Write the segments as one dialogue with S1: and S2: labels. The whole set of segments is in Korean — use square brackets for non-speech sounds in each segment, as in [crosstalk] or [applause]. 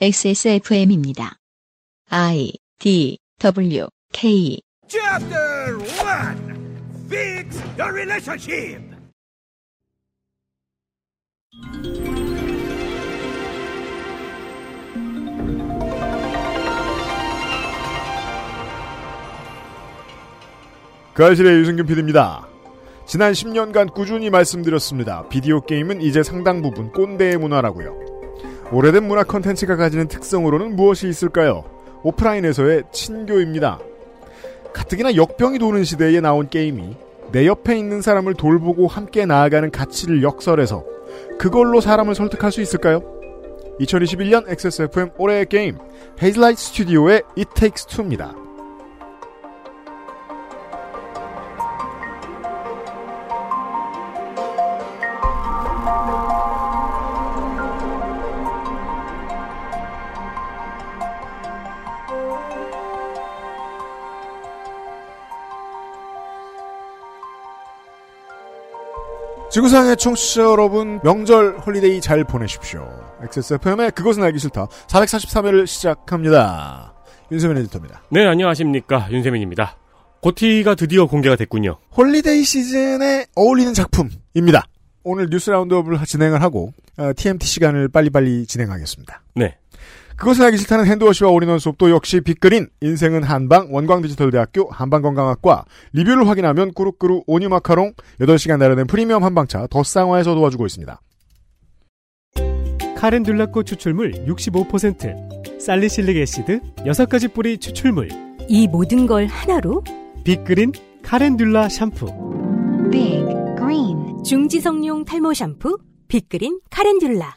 S1: XSFM입니다. I D W K
S2: Chapter 1 Fix your relationship!
S3: 그아실의 유승균 PD입니다. 지난 10년간 꾸준히 말씀드렸습니다. 비디오 게임은 이제 상당 부분 꼰대의 문화라고요. 오래된 문화 컨텐츠가 가지는 특성으로는 무엇이 있을까요? 오프라인에서의 친교입니다. 가뜩이나 역병이 도는 시대에 나온 게임이 내 옆에 있는 사람을 돌보고 함께 나아가는 가치를 역설해서 그걸로 사람을 설득할 수 있을까요? 2021년 XSFM 올해의 게임 헤이즐라이트 스튜디오의 It Takes Two입니다. 지구상의 청취자 여러분, 명절 홀리데이 잘 보내십시오. XSFM의 그것은 알기 싫다. 443회를 시작합니다. 윤세민 에디터입니다.
S4: 네, 안녕하십니까. 윤세민입니다. 고티가 드디어 공개가 됐군요.
S3: 홀리데이 시즌에 어울리는 작품입니다. 오늘 뉴스 라운드업을 진행을 하고, 어, TMT 시간을 빨리빨리 진행하겠습니다.
S4: 네.
S3: 그것은 알기 싫다는 핸드워시와 올인원 수업도 역시 빅그린, 인생은 한방, 원광디지털대학교, 한방건강학과, 리뷰를 확인하면 꾸루꾸루 오니마카롱, 8시간 나르는 프리미엄 한방차, 더쌍화에서 도와주고 있습니다.
S5: 카렌듈라꽃 추출물 65%, 살리실릭 애시드 6가지 뿌리 추출물,
S6: 이 모든 걸 하나로
S5: 빅그린 카렌듈라 샴푸.
S7: Big green.
S6: 중지성용 탈모 샴푸 빅그린 카렌듈라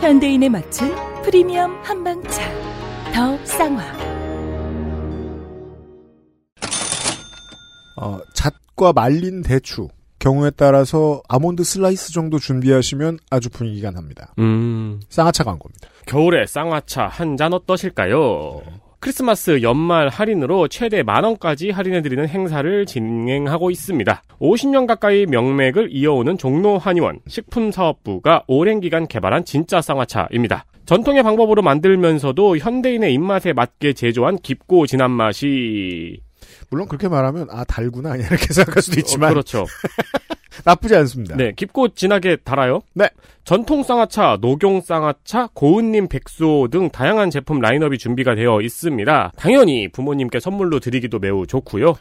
S6: 현대인에 맞춘 프리미엄 한방차 더 쌍화
S3: 어, 잣과 말린 대추 경우에 따라서 아몬드 슬라이스 정도 준비하시면 아주 분위기가 납니다.
S4: 음,
S3: 쌍화차 광고입니다.
S4: 겨울에 쌍화차 한 잔 어떠실까요? 크리스마스 연말 할인으로 최대 만원까지 할인해드리는 행사를 진행하고 있습니다. 50년 가까이 명맥을 이어오는 종로 한의원 식품사업부가 오랜 기간 개발한 진짜 쌍화차입니다. 전통의 방법으로 만들면서도 현대인의 입맛에 맞게 제조한 깊고 진한 맛이 어,
S3: 물론 그렇게 말하면 아 달구나 이렇게 [laughs] 생각할 수도 있지만
S4: 어, 그렇죠.
S3: 나쁘지 않습니다.
S4: 네, 깊고 진하게 달아요.
S3: 네.
S4: 전통 쌍화차, 녹용 쌍화차, 고운님 백수호 등 다양한 제품 라인업이 준비가 되어 있습니다. 당연히 부모님께 선물로 드리기도 매우 좋고요.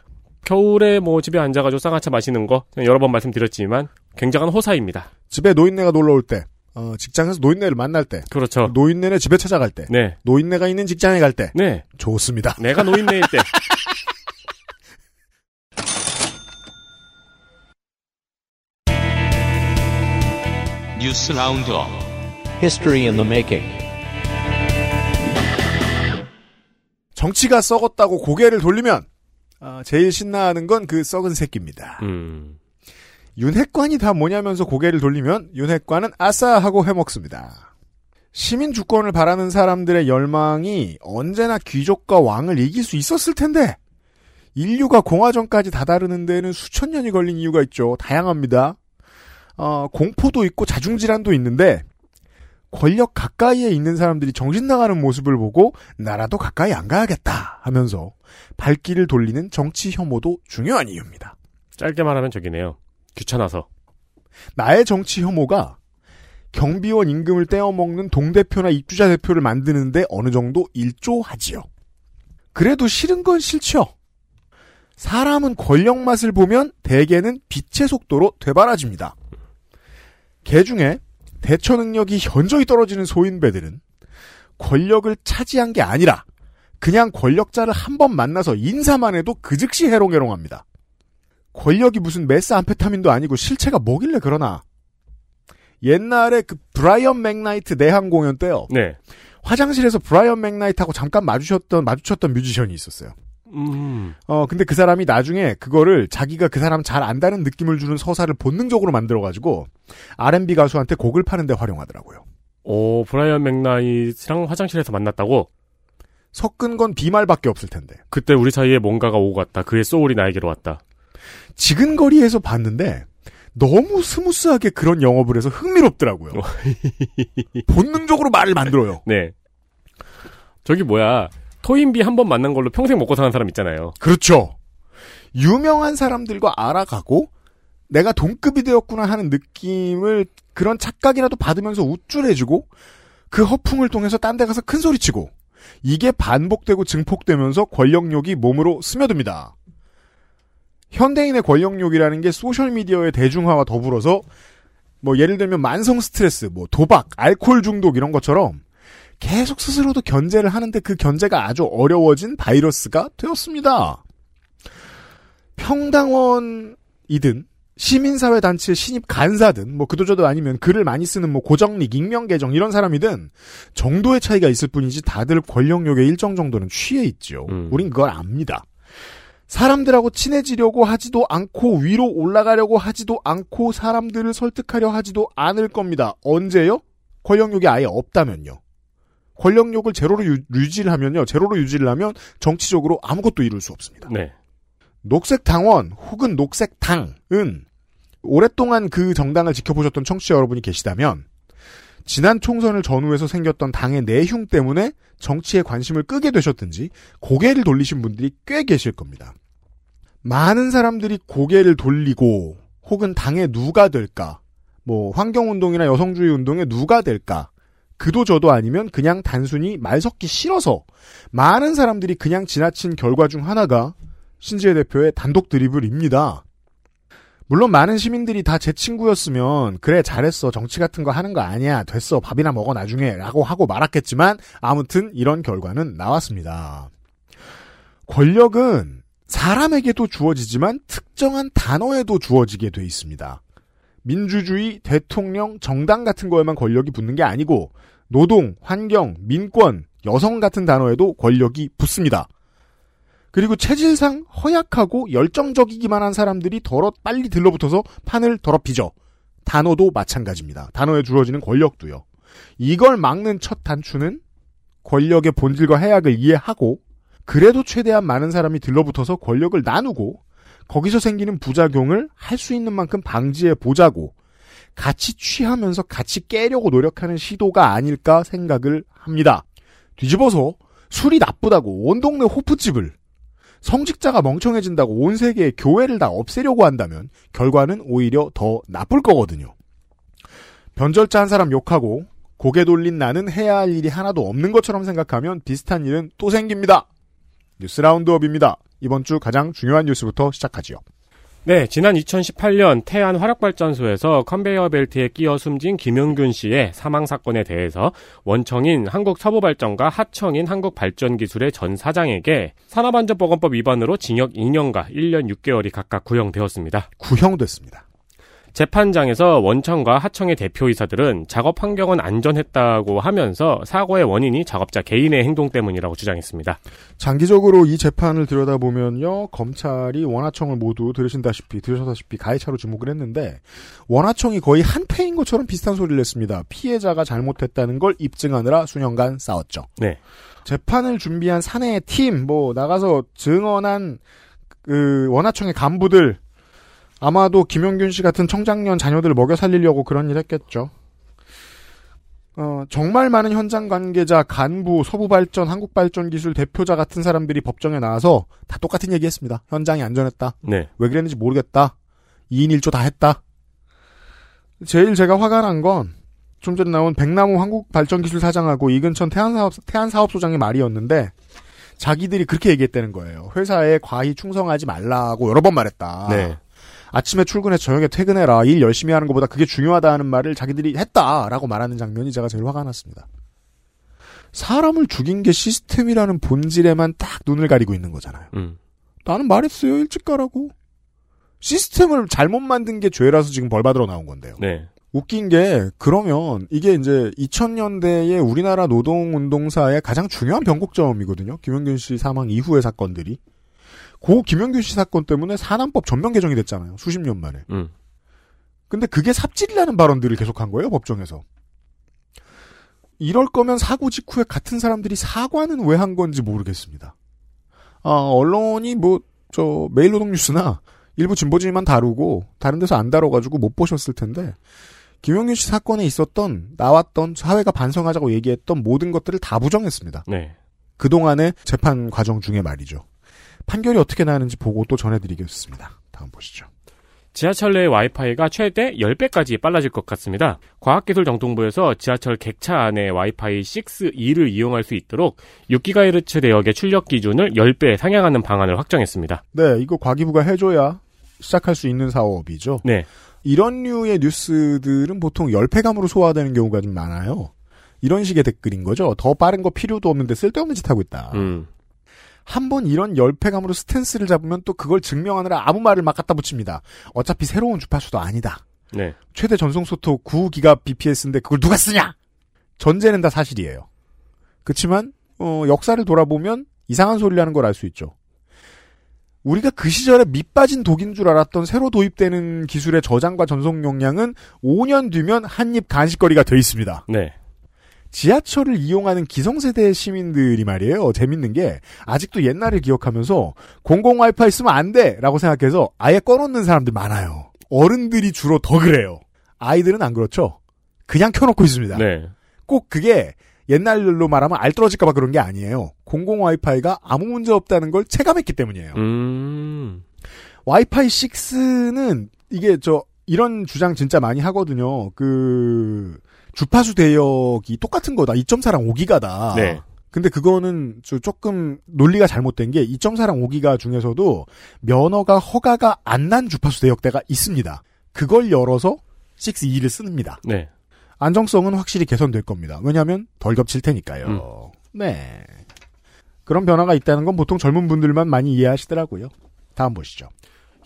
S4: 겨울에 뭐 집에 앉아가지고 쌍화차 마시는 거 그냥 여러 번 말씀드렸지만 굉장한 호사입니다.
S3: 집에 노인네가 놀러 올 때, 어, 직장에서 노인네를 만날 때,
S4: 그렇죠.
S3: 노인네네 집에 찾아갈 때,
S4: 네.
S3: 노인네가 있는 직장에 갈 때
S4: 네.
S3: 좋습니다.
S4: 내가 노인네일 때. [laughs]
S8: 뉴스 라운드업
S9: History in the making.
S3: 정치가 썩었다고 고개를 돌리면 아, 제일 신나하는 건 그 썩은 새끼입니다.
S4: 음.
S3: 윤핵관이 다 뭐냐면서 고개를 돌리면 윤핵관은 아싸 하고 해먹습니다. 시민 주권을 바라는 사람들의 열망이 언제나 귀족과 왕을 이길 수 있었을 텐데 인류가 공화정까지 다다르는 데는 수천 년이 걸린 이유가 있죠. 다양합니다. 어, 공포도 있고 자중질환도 있는데 권력 가까이에 있는 사람들이 정신 나가는 모습을 보고 나라도 가까이 안 가야겠다 하면서 발길을 돌리는 정치 혐오도 중요한 이유입니다.
S4: 짧게 말하면 저기네요. 귀찮아서.
S3: 나의 정치 혐오가 경비원 임금을 떼어먹는 동대표나 입주자 대표를 만드는데 어느 정도 일조하지요. 그래도 싫은 건 싫죠. 사람은 권력 맛을 보면 대개는 빛의 속도로 되바라집니다. 개 중에 대처 능력이 현저히 떨어지는 소인배들은 권력을 차지한 게 아니라 그냥 권력자를 한 번 만나서 인사만 해도 그 즉시 해롱해롱합니다. 권력이 무슨 메스 암페타민도 아니고 실체가 뭐길래 그러나 옛날에 그 브라이언 맥나이트 내한 공연 때요.
S4: 네.
S3: 화장실에서 브라이언 맥나이트하고 잠깐 마주쳤던 마주쳤던 뮤지션이 있었어요.
S4: 음.
S3: 어 근데 그 사람이 나중에 그거를 자기가 그 사람 잘 안다는 느낌을 주는 서사를 본능적으로 만들어 가지고 R&B 가수한테 곡을 파는데 활용하더라고요.
S4: 오, 브라이언 맥나이트랑 화장실에서 만났다고?
S3: 섞은 건 비말밖에 없을 텐데.
S4: 그때 우리 사이에 뭔가가 오고 갔다. 그의 소울이 나에게로 왔다.
S3: 지근거리에서 봤는데 너무 스무스하게 그런 영업을 해서 흥미롭더라고요. 본능적으로 말을 만들어요.
S4: 네. 저기 뭐야. 토인비 한 번 만난 걸로 평생 먹고 사는 사람 있잖아요.
S3: 그렇죠. 유명한 사람들과 알아가고 내가 동급이 되었구나 하는 느낌을 그런 착각이라도 받으면서 우쭐해지고 그 허풍을 통해서 딴 데 가서 큰 소리치고 이게 반복되고 증폭되면서 권력욕이 몸으로 스며듭니다. 현대인의 권력욕이라는 게 소셜미디어의 대중화와 더불어서 뭐 예를 들면 만성 스트레스, 뭐 도박, 알코올 중독 이런 것처럼 계속 스스로도 견제를 하는데 그 견제가 아주 어려워진 바이러스가 되었습니다. 평당원이든 시민사회단체 신입 간사든 뭐 그도저도 아니면 글을 많이 쓰는 뭐 고정릭, 익명계정 이런 사람이든 정도의 차이가 있을 뿐이지 다들 권력욕의 일정 정도는 취해 있죠.
S4: 음.
S3: 우린 그걸 압니다. 사람들하고 친해지려고 하지도 않고 위로 올라가려고 하지도 않고 사람들을 설득하려 하지도 않을 겁니다. 언제요? 권력욕이 아예 없다면요. 권력욕을 제로로 유, 유지를 하면요. 제로로 유지를 하면 정치적으로 아무것도 이룰 수 없습니다.
S4: 네.
S3: 녹색 당원 혹은 녹색 당은 오랫동안 그 정당을 지켜보셨던 청취자 여러분이 계시다면 지난 총선을 전후해서 생겼던 당의 내흉 때문에 정치에 관심을 끄게 되셨든지 고개를 돌리신 분들이 꽤 계실 겁니다. 많은 사람들이 고개를 돌리고 혹은 당에 누가 될까 뭐 환경운동이나 여성주의 운동에 누가 될까 그도 저도 아니면 그냥 단순히 말 섞기 싫어서 많은 사람들이 그냥 지나친 결과 중 하나가 신지혜 대표의 단독 드리블입니다. 물론 많은 시민들이 다 제 친구였으면 그래 잘했어 정치 같은 거 하는 거 아니야 됐어 밥이나 먹어 나중에라고 하고 말았겠지만 아무튼 이런 결과는 나왔습니다. 권력은 사람에게도 주어지지만 특정한 단어에도 주어지게 돼 있습니다. 민주주의, 대통령, 정당 같은 거에만 권력이 붙는 게 아니고 노동, 환경, 민권, 여성 같은 단어에도 권력이 붙습니다. 그리고 체질상 허약하고 열정적이기만 한 사람들이 더러 빨리 들러붙어서 판을 더럽히죠. 단어도 마찬가지입니다. 단어에 주어지는 권력도요. 이걸 막는 첫 단추는 권력의 본질과 해악을 이해하고 그래도 최대한 많은 사람이 들러붙어서 권력을 나누고 거기서 생기는 부작용을 할 수 있는 만큼 방지해 보자고 같이 취하면서 같이 깨려고 노력하는 시도가 아닐까 생각을 합니다. 뒤집어서 술이 나쁘다고 온 동네 호프집을 성직자가 멍청해진다고 온 세계의 교회를 다 없애려고 한다면 결과는 오히려 더 나쁠 거거든요. 변절자 한 사람 욕하고 고개 돌린 나는 해야 할 일이 하나도 없는 것처럼 생각하면 비슷한 일은 또 생깁니다. 뉴스 라운드업입니다. 이번 주 가장 중요한 뉴스부터 시작하지요.
S4: 네, 지난 2018년 태안 화력발전소에서 컨베이어 벨트에 끼어 숨진 김용균 씨의 사망 사건에 대해서 원청인 한국서부발전과 하청인 한국발전기술의 전 사장에게 산업안전보건법 위반으로 징역 2년과 1년 6개월이 각각 구형되었습니다.
S3: 구형됐습니다.
S4: 재판장에서 원청과 하청의 대표이사들은 작업 환경은 안전했다고 하면서 사고의 원인이 작업자 개인의 행동 때문이라고 주장했습니다.
S3: 장기적으로 이 재판을 들여다보면요, 검찰이 원하청을 모두 들으신다시피, 들으셨다시피 가해차로 지목을 했는데, 원하청이 거의 한패인 것처럼 비슷한 소리를 냈습니다. 피해자가 잘못했다는 걸 입증하느라 수년간 싸웠죠.
S4: 네.
S3: 재판을 준비한 사내의 팀, 뭐, 나가서 증언한, 그, 원하청의 간부들, 아마도 김용균 씨 같은 청장년 자녀들 먹여 살리려고 그런 일 했겠죠. 어, 정말 많은 현장 관계자, 간부, 서부발전, 한국발전기술 대표자 같은 사람들이 법정에 나와서 다 똑같은 얘기 했습니다. 현장이 안전했다.
S4: 네.
S3: 왜 그랬는지 모르겠다. 2인 1조 다 했다. 제일 제가 화가 난 건 좀 전에 나온 백나무 한국발전기술 사장하고 이근천 태안사업, 태안사업소장의 말이었는데 자기들이 그렇게 얘기했다는 거예요. 회사에 과히 충성하지 말라고 여러 번 말했다.
S4: 네.
S3: 아침에 출근해 서 저녁에 퇴근해라. 일 열심히 하는 것보다 그게 중요하다는 말을 자기들이 했다라고 말하는 장면이 제가 제일 화가 났습니다. 사람을 죽인 게 시스템이라는 본질에만 딱 눈을 가리고 있는 거잖아요.
S4: 음.
S3: 나는 말했어요. 일찍 가라고. 시스템을 잘못 만든 게 죄라서 지금 벌 받으러 나온 건데요.
S4: 네.
S3: 웃긴 게 그러면 이게 이제 2000년대의 우리나라 노동운동사의 가장 중요한 변곡점이거든요. 김영균 씨 사망 이후의 사건들이. 고 김영균 씨 사건 때문에 산안법 전면 개정이 됐잖아요. 수십 년 만에.
S4: 음.
S3: 근데 그게 삽질이라는 발언들을 계속한 거예요. 법정에서. 이럴 거면 사고 직후에 같은 사람들이 사과는 왜 한 건지 모르겠습니다. 아, 언론이 뭐 저 메일노동 뉴스나 일부 진보진만 다루고 다른 데서 안 다뤄가지고 못 보셨을 텐데 김용균 씨 사건에 있었던 나왔던 사회가 반성하자고 얘기했던 모든 것들을 다 부정했습니다.
S4: 네.
S3: 그동안의 재판 과정 중에 말이죠. 판결이 어떻게 나는지 보고 또 전해드리겠습니다. 다음 보시죠.
S4: 지하철 내 와이파이가 최대 10배까지 빨라질 것 같습니다. 과학기술정통부에서 지하철 객차 안에 와이파이 6E를 이용할 수 있도록 6GHz 대역의 출력 기준을 10배 상향하는 방안을 확정했습니다.
S3: 네, 이거 과기부가 해줘야 시작할 수 있는 사업이죠.
S4: 네.
S3: 이런 류의 뉴스들은 보통 열패감으로 소화되는 경우가 좀 많아요. 이런 식의 댓글인 거죠. 더 빠른 거 필요도 없는데 쓸데없는 짓 하고 있다.
S4: 음.
S3: 한 번 이런 열패감으로 스탠스를 잡으면 또 그걸 증명하느라 아무 말을 막 갖다 붙입니다. 어차피 새로운 주파수도 아니다.
S4: 네.
S3: 최대 전송속도 9기가 bps인데 그걸 누가 쓰냐? 전제는 다 사실이에요. 그렇지만 어, 역사를 돌아보면 이상한 소리라는 걸 알 수 있죠. 우리가 그 시절에 밑빠진 독인 줄 알았던 새로 도입되는 기술의 저장과 전송 용량은 5년 뒤면 한입 간식거리가 돼 있습니다.
S4: 네.
S3: 지하철을 이용하는 기성세대 시민들이 말이에요. 재밌는 게 아직도 옛날을 기억하면서 공공 와이파이 쓰면 안 돼라고 생각해서 아예 꺼놓는 사람들 많아요. 어른들이 주로 더 그래요. 아이들은 안 그렇죠. 그냥 켜놓고 있습니다.
S4: 네.
S3: 꼭 그게 옛날로 말하면 알떨어질까봐 그런 게 아니에요. 공공 와이파이가 아무 문제 없다는 걸 체감했기 때문이에요.
S4: 음.
S3: 와이파이 6는 이게 저 이런 주장 진짜 많이 하거든요. 그 주파수 대역이 똑같은 거다. 2.4랑 5기가다.
S4: 네.
S3: 근데 그거는 저 조금 논리가 잘못된 게 2.4랑 5기가 중에서도 면허가 허가가 안 난 주파수 대역대가 있습니다. 그걸 열어서 6E를 씁니다.
S4: 네.
S3: 안정성은 확실히 개선될 겁니다. 왜냐하면 덜 겹칠 테니까요. 네. 그런 변화가 있다는 건 보통 젊은 분들만 많이 이해하시더라고요. 다음 보시죠.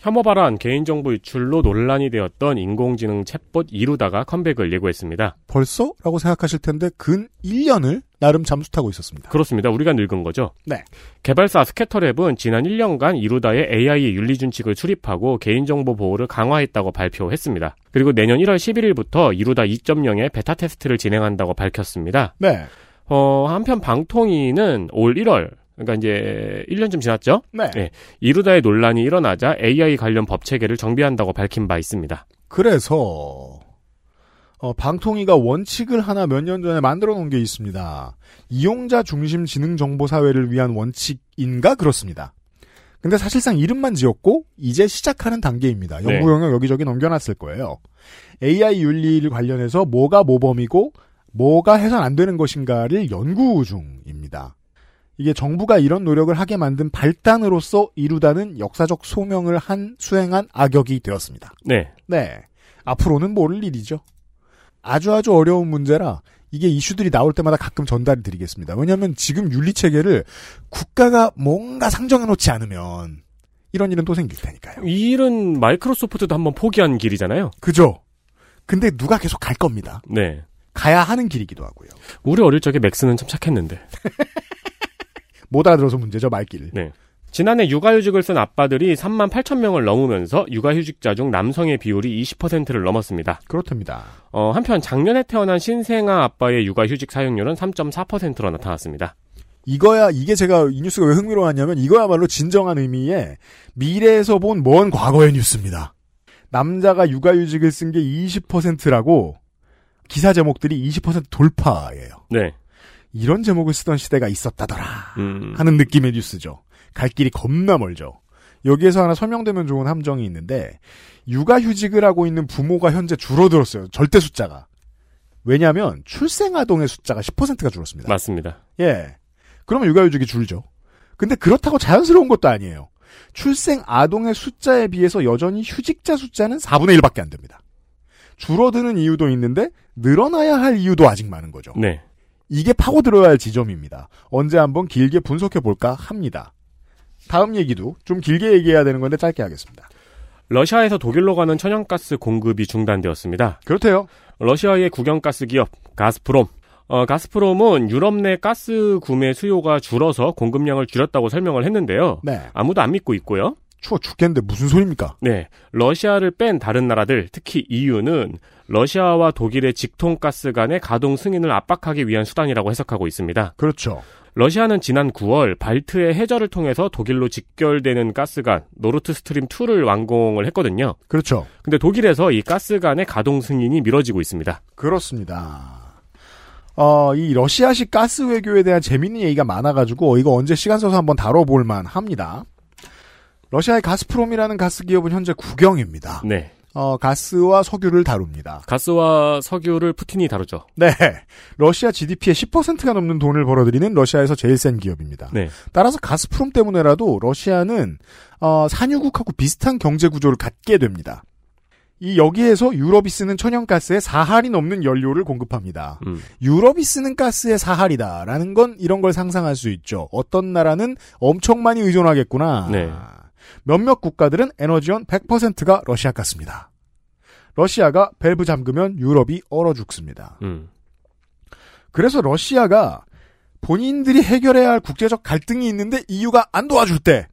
S4: 혐오 발언, 개인정보 유출로 논란이 되었던 인공지능 챗봇 이루다가 컴백을 예고했습니다.
S3: 벌써? 라고 생각하실 텐데 근 1년을 나름 잠수 타고 있었습니다.
S4: 그렇습니다. 우리가 늙은 거죠.
S3: 네.
S4: 개발사 스캐터랩은 지난 1년간 이루다의 AI 윤리 준칙을 출입하고 개인정보 보호를 강화했다고 발표했습니다. 그리고 내년 1월 11일부터 이루다 2.0의 베타 테스트를 진행한다고 밝혔습니다.
S3: 네.
S4: 어, 한편 방통위는 올 1월 그러니까 이제 1년쯤 지났죠.
S3: 네.
S4: 네. 이루다의 논란이 일어나자 AI 관련 법 체계를 정비한다고 밝힌 바 있습니다.
S3: 그래서 어, 방통위가 원칙을 하나 몇 년 전에 만들어 놓은 게 있습니다. 이용자 중심 지능 정보 사회를 위한 원칙인가 그렇습니다. 근데 사실상 이름만 지었고 이제 시작하는 단계입니다. 연구
S4: 네.
S3: 영역 여기저기 넘겨놨을 거예요. AI 윤리를 관련해서 뭐가 모범이고 뭐가 해선 안 되는 것인가를 연구 중입니다. 이게 정부가 이런 노력을 하게 만든 발단으로서 이루다는 역사적 소명을 한 수행한 악역이 되었습니다.
S4: 네.
S3: 네. 앞으로는 모를 일이죠. 아주 아주 어려운 문제라 이게 이슈들이 나올 때마다 가끔 전달을 드리겠습니다. 왜냐하면 지금 윤리 체계를 국가가 뭔가 상정해 놓지 않으면 이런 일은 또 생길 테니까요.
S4: 이 일은 마이크로소프트도 한번 포기한 길이잖아요.
S3: 그죠? 근데 누가 계속 갈 겁니다.
S4: 네.
S3: 가야 하는 길이기도 하고요.
S4: 우리 어릴 적에 맥스는 참 착했는데.
S3: 못 알아들어서 문제죠 말길.
S4: 네. 지난해 육아휴직을 쓴 아빠들이 3만 8천 명을 넘으면서 육아휴직자 중 남성의 비율이 20%를 넘었습니다.
S3: 그렇답니다.
S4: 어, 한편 작년에 태어난 신생아 아빠의 육아휴직 사용률은 3.4%로 나타났습니다.
S3: 이거야 이게 제가 이 뉴스가 왜 흥미로웠냐면 이거야말로 진정한 의미의 미래에서 본 먼 과거의 뉴스입니다. 남자가 육아휴직을 쓴 게 20%라고 기사 제목들이 20% 돌파예요.
S4: 네.
S3: 이런 제목을 쓰던 시대가 있었다더라
S4: 음,
S3: 하는 느낌의 뉴스죠. 갈 길이 겁나 멀죠. 여기에서 하나 설명되면 좋은 함정이 있는데 육아휴직을 하고 있는 부모가 현재 줄어들었어요. 절대 숫자가. 왜냐하면 출생아동의 숫자가 10%가 줄었습니다.
S4: 맞습니다.
S3: 예. 그러면 육아휴직이 줄죠. 근데 그렇다고 자연스러운 것도 아니에요. 출생 아동의 숫자에 비해서 여전히 휴직자 숫자는 4분의 1밖에 안 됩니다. 줄어드는 이유도 있는데 늘어나야 할 이유도 아직 많은 거죠.
S4: 네.
S3: 이게 파고들어야 할 지점입니다. 언제 한번 길게 분석해 볼까 합니다. 다음 얘기도 좀 길게 얘기해야 되는 건데 짧게 하겠습니다.
S4: 러시아에서 독일로 가는 천연가스 공급이 중단되었습니다.
S3: 그렇대요.
S4: 러시아의 국영가스 기업 가스프롬. 어, 가스프롬은 유럽 내 가스 구매 수요가 줄어서 공급량을 줄였다고 설명을 했는데요.
S3: 네.
S4: 아무도 안 믿고 있고요.
S3: 추워 죽겠는데 무슨 소리입니까?
S4: 네, 러시아를 뺀 다른 나라들, 특히 EU는 러시아와 독일의 직통가스 간의 가동 승인을 압박하기 위한 수단이라고 해석하고 있습니다.
S3: 그렇죠.
S4: 러시아는 지난 9월 발트의 해저를 통해서 독일로 직결되는 가스관 노르트 스트림 2를 완공을 했거든요.
S3: 그렇죠.
S4: 근데 독일에서 이 가스간의 가동 승인이 미뤄지고 있습니다.
S3: 그렇습니다. 어, 이 러시아식 가스 외교에 대한 재밌는 얘기가 많아가지고 이거 언제 시간 써서 한번 다뤄볼만 합니다. 러시아의 가스프롬이라는 가스 기업은 현재 국영입니다.
S4: 네.
S3: 어, 가스와 석유를 다룹니다.
S4: 가스와 석유를 푸틴이 다루죠.
S3: 네. 러시아 GDP의 10%가 넘는 돈을 벌어들이는 러시아에서 제일 센 기업입니다.
S4: 네.
S3: 따라서 가스프롬 때문에라도 러시아는 어, 산유국하고 비슷한 경제 구조를 갖게 됩니다. 이 여기에서 유럽이 쓰는 천연가스의 4할이 넘는 연료를 공급합니다.
S4: 음.
S3: 유럽이 쓰는 가스의 4할이다라는 건 이런 걸 상상할 수 있죠. 어떤 나라는 엄청 많이 의존하겠구나.
S4: 네.
S3: 몇몇 국가들은 에너지원 100%가 러시아 가스입니다. 러시아가 밸브 잠그면 유럽이 얼어 죽습니다.
S4: 음.
S3: 그래서 러시아가 본인들이 해결해야 할 국제적 갈등이 있는데 EU가 안 도와줄 때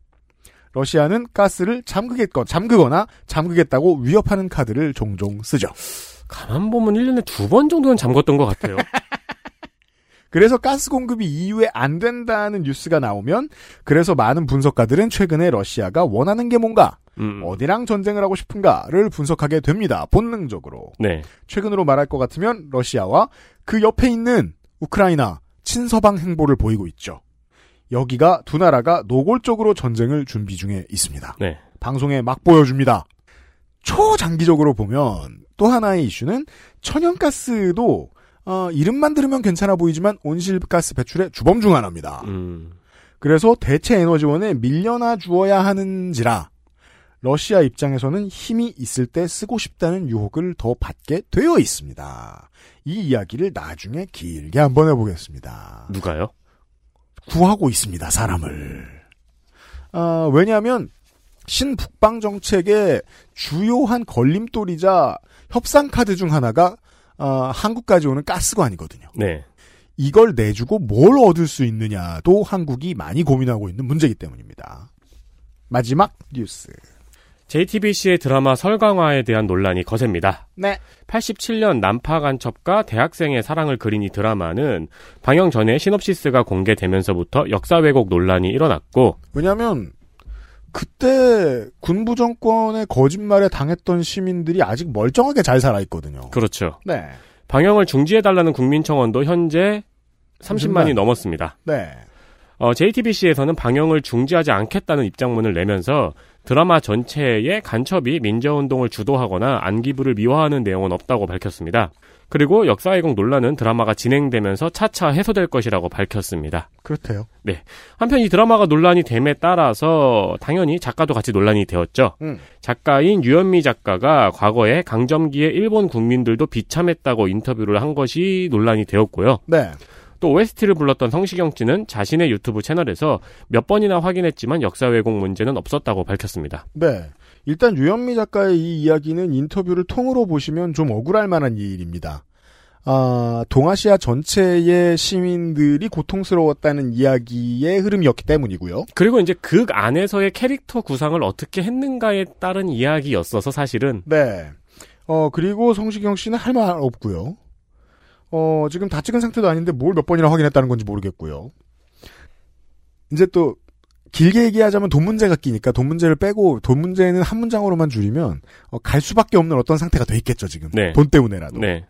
S3: 러시아는 가스를 잠그겠거, 잠그거나 잠그겠다고 위협하는 카드를 종종 쓰죠.
S4: 가만 보면 1년에 두 번 정도는 잠궜던 것 같아요.
S3: 그래서 가스 공급이 EU에 안 된다는 뉴스가 나오면 그래서 많은 분석가들은 최근에 러시아가 원하는 게 뭔가
S4: 음.
S3: 어디랑 전쟁을 하고 싶은가를 분석하게 됩니다. 본능적으로.
S4: 네.
S3: 최근으로 말할 것 같으면 러시아와 그 옆에 있는 우크라이나 친서방 행보를 보이고 있죠. 여기가 두 나라가 노골적으로 전쟁을 준비 중에 있습니다.
S4: 네.
S3: 방송에 막 보여줍니다. 초장기적으로 보면 또 하나의 이슈는 천연가스도 어, 이름만 들으면 괜찮아 보이지만 온실가스 배출의 주범 중 하나입니다.
S4: 음.
S3: 그래서 대체 에너지원에 밀려나 주어야 하는지라 러시아 입장에서는 힘이 있을 때 쓰고 싶다는 유혹을 더 받게 되어 있습니다. 이 이야기를 나중에 길게 한번 해보겠습니다.
S4: 누가요?
S3: 구하고 있습니다, 사람을. 아, 왜냐하면 신북방 정책의 주요한 걸림돌이자 협상 카드 중 하나가 아, 한국까지 오는 가스관이거든요.
S4: 네.
S3: 이걸 내주고 뭘 얻을 수 있느냐도 한국이 많이 고민하고 있는 문제이기 때문입니다. 마지막 뉴스.
S4: JTBC의 드라마 설강화에 대한 논란이 거셉니다.
S3: 네.
S4: 87년 남파 간첩과 대학생의 사랑을 그린 이 드라마는 방영 전에 시놉시스가 공개되면서부터 역사 왜곡 논란이 일어났고
S3: 왜냐하면 그때 군부 정권의 거짓말에 당했던 시민들이 아직 멀쩡하게 잘 살아 있거든요.
S4: 그렇죠.
S3: 네.
S4: 방영을 중지해달라는 국민청원도 현재 30만이
S3: 30만.
S4: 넘었습니다.
S3: 네.
S4: 어, JTBC에서는 방영을 중지하지 않겠다는 입장문을 내면서 드라마 전체에 간첩이 민주화운동을 주도하거나 안기부를 미화하는 내용은 없다고 밝혔습니다. 그리고 역사 왜곡 논란은 드라마가 진행되면서 차차 해소될 것이라고 밝혔습니다.
S3: 그렇대요.
S4: 한편 이 드라마가 논란이 됨에 따라서 당연히 작가도 같이 논란이 되었죠.
S3: 음.
S4: 작가인 유현미 작가가 과거에 강점기의 일본 국민들도 비참했다고 인터뷰를 한 것이 논란이 되었고요.
S3: 네.
S4: 또 OST를 불렀던 성시경 씨는 자신의 유튜브 채널에서 몇 번이나 확인했지만 역사 왜곡 문제는 없었다고 밝혔습니다.
S3: 네. 일단 유현미 작가의 이 이야기는 인터뷰를 통으로 보시면 좀 억울할 만한 일입니다. 아, 동아시아 전체의 시민들이 고통스러웠다는 이야기의 흐름이었기 때문이고요.
S4: 그리고 이제 극 안에서의 캐릭터 구상을 어떻게 했는가에 따른 이야기였어서 사실은
S3: 네. 어, 그리고 성시경 씨는 할 말 없고요. 어, 지금 다 찍은 상태도 아닌데 뭘 몇 번이나 확인했다는 건지 모르겠고요. 이제 또 길게 얘기하자면 돈 문제가 끼니까 돈 문제를 빼고 돈 문제는 한 문장으로만 줄이면 어, 갈 수밖에 없는 어떤 상태가 돼 있겠죠, 지금.
S4: 네.
S3: 돈 때문에라도.
S4: 네.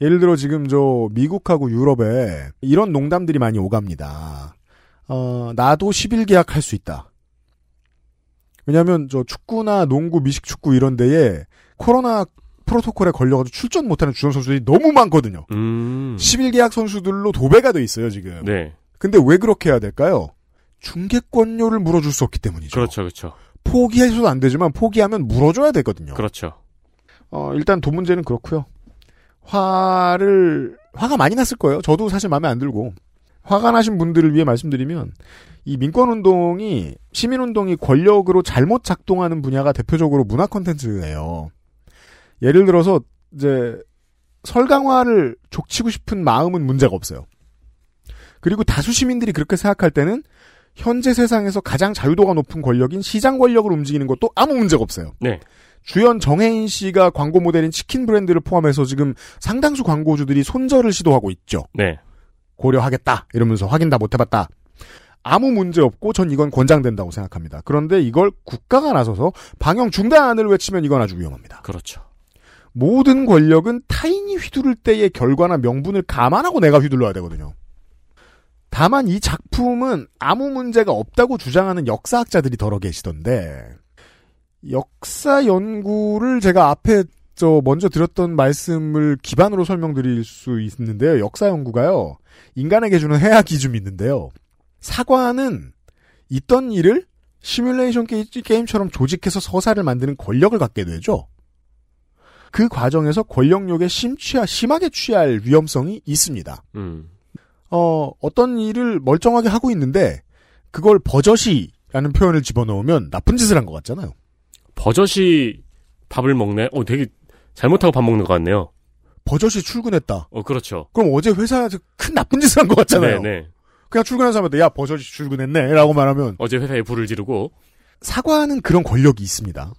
S3: 예를 들어 지금 저 미국하고 유럽에 이런 농담들이 많이 오갑니다. 어, 나도 11계약 할 수 있다. 왜냐면 하저 축구나 농구, 미식축구 이런 데에 코로나 프로토콜에 걸려가지고 출전 못하는 주전 선수들이 너무 많거든요.
S4: 음.
S3: 11계약 선수들로 도배가 돼 있어요, 지금.
S4: 네.
S3: 근데 왜 그렇게 해야 될까요? 중개권료를 물어줄 수 없기 때문이죠.
S4: 그렇죠. 그렇죠.
S3: 포기해서도 안 되지만 포기하면 물어줘야 되거든요.
S4: 그렇죠.
S3: 어, 일단 돈 문제는 그렇고요. 화를 화가 많이 났을 거예요. 저도 사실 마음에 안 들고 화가 나신 분들을 위해 말씀드리면 이 민권운동이 시민운동이 권력으로 잘못 작동하는 분야가 대표적으로 문화 콘텐츠예요. 예를 들어서 이제 설강화를 족치고 싶은 마음은 문제가 없어요. 그리고 다수 시민들이 그렇게 생각할 때는 현재 세상에서 가장 자유도가 높은 권력인 시장 권력을 움직이는 것도 아무 문제가 없어요.
S4: 네.
S3: 주연 정혜인 씨가 광고 모델인 치킨 브랜드를 포함해서 지금 상당수 광고주들이 손절을 시도하고 있죠.
S4: 네.
S3: 고려하겠다 이러면서 확인 다 못해봤다. 아무 문제 없고 전 이건 권장된다고 생각합니다. 그런데 이걸 국가가 나서서 방영 중단을 외치면 이건 아주 위험합니다.
S4: 그렇죠.
S3: 모든 권력은 타인이 휘두를 때의 결과나 명분을 감안하고 내가 휘둘러야 되거든요. 다만 이 작품은 아무 문제가 없다고 주장하는 역사학자들이 더러 계시던데 역사 연구를 제가 앞에 저 먼저 드렸던 말씀을 기반으로 설명드릴 수 있는데요. 역사 연구가요. 인간에게 주는 해야 기준이 있는데요. 사과는 있던 일을 시뮬레이션 게- 게임처럼 조직해서 서사를 만드는 권력을 갖게 되죠. 그 과정에서 권력욕에 심취하, 심하게 취할 위험성이 있습니다.
S4: 음.
S3: 어, 어떤 일을 멀쩡하게 하고 있는데, 그걸 버젓이라는 표현을 집어넣으면 나쁜 짓을 한 것 같잖아요.
S4: 버젓이 밥을 먹네. 어, 되게 잘못하고 밥 먹는 것 같네요.
S3: 버젓이 출근했다.
S4: 어, 그렇죠.
S3: 그럼 어제 회사에서 큰 나쁜 짓을 한 것 같잖아요.
S4: 네, 네.
S3: 그냥 출근한 사람한테, 야, 버젓이 출근했네. 라고 말하면,
S4: 어제 회사에 불을 지르고
S3: 사과하는 그런 권력이 있습니다.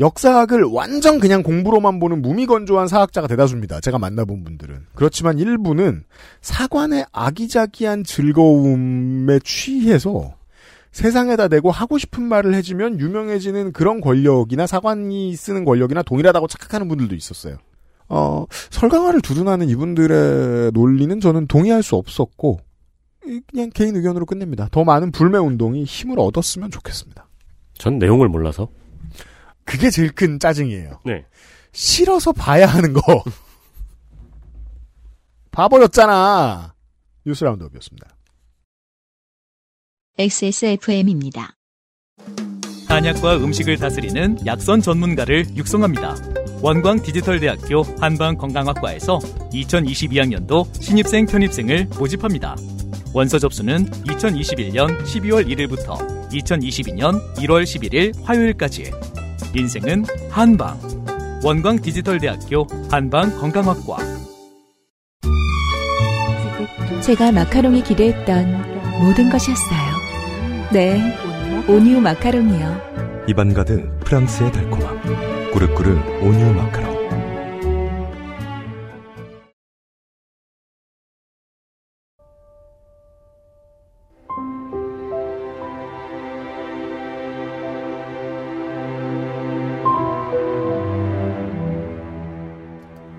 S3: 역사학을 완전 그냥 공부로만 보는 무미건조한 사학자가 대다수입니다. 제가 만나본 분들은. 그렇지만 일부는 사관의 아기자기한 즐거움에 취해서 세상에다 내고 하고 싶은 말을 해주면 유명해지는 그런 권력이나 사관이 쓰는 권력이나 동일하다고 착각하는 분들도 있었어요. 어, 설강화를 두둔하는 이분들의 논리는 저는 동의할 수 없었고, 이- 그냥 개인 의견으로 끝냅니다. 더 많은 불매 운동이 힘을 얻었으면 좋겠습니다.
S4: 전 내용을 몰라서.
S3: 그게 제일 큰 짜증이에요.
S4: 네.
S3: 싫어서 봐야 하는 거. 봐버렸잖아. 뉴스 라운드업이었습니다.
S1: XSFM입니다.
S10: 한약과 음식을 다스리는 약선 전문가를 육성합니다. 원광 디지털대학교 한방건강학과에서 2022학년도 신입생 편입생을 모집합니다. 원서 접수는 2021년 12월 1일부터 2022년 1월 11일 화요일까지. 인생은 한방. 원광 디지털대학교 한방건강학과.
S11: 제가 마카롱이 기대했던 모든 것이었어요. 네, 온유 마카롱이요.
S12: 입안 가득 프랑스의 달콤함. 꾸르꾸르 온유 마카롱.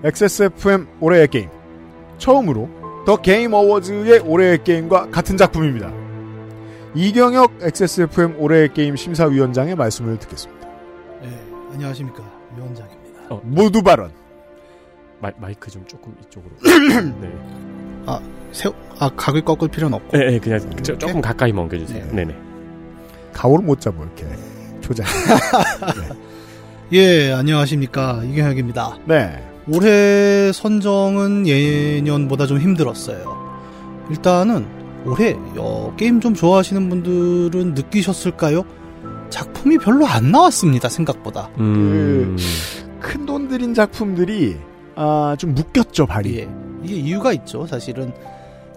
S3: XSFM 올해의 게임. 처음으로 더 게임 어워즈의 올해의 게임과 같은 작품입니다. 이경혁 XSFM 올해의 게임 심사위원장의 말씀을 듣겠습니다.
S13: 안녕하십니까 위원장입니다.
S4: 어,
S3: 모두 발언.
S4: 마, 마이크 좀 조금 [clears throat] 이쪽으로. 네.
S13: 아, 세, 아 각을 꺾을 필요는 없고.
S4: 네, 네, 그냥 저- 조금 가까이만 옮겨주세요. 네, 네.
S3: 가오를 못 잡아 이렇게 조장. [laughs]
S13: 예, 안녕하십니까 이경혁입니다.
S3: 네.
S13: 올해 선정은 예년보다 좀 힘들었어요. 일단은 올해 어, 게임 좀 좋아하시는 분들은 느끼셨을까요? 작품이 별로 안 나왔습니다 생각보다.
S3: 큰 돈 들인 작품들이 아, 좀 묶였죠
S13: 예.
S3: 발이.
S13: 이게 이유가 있죠. 사실은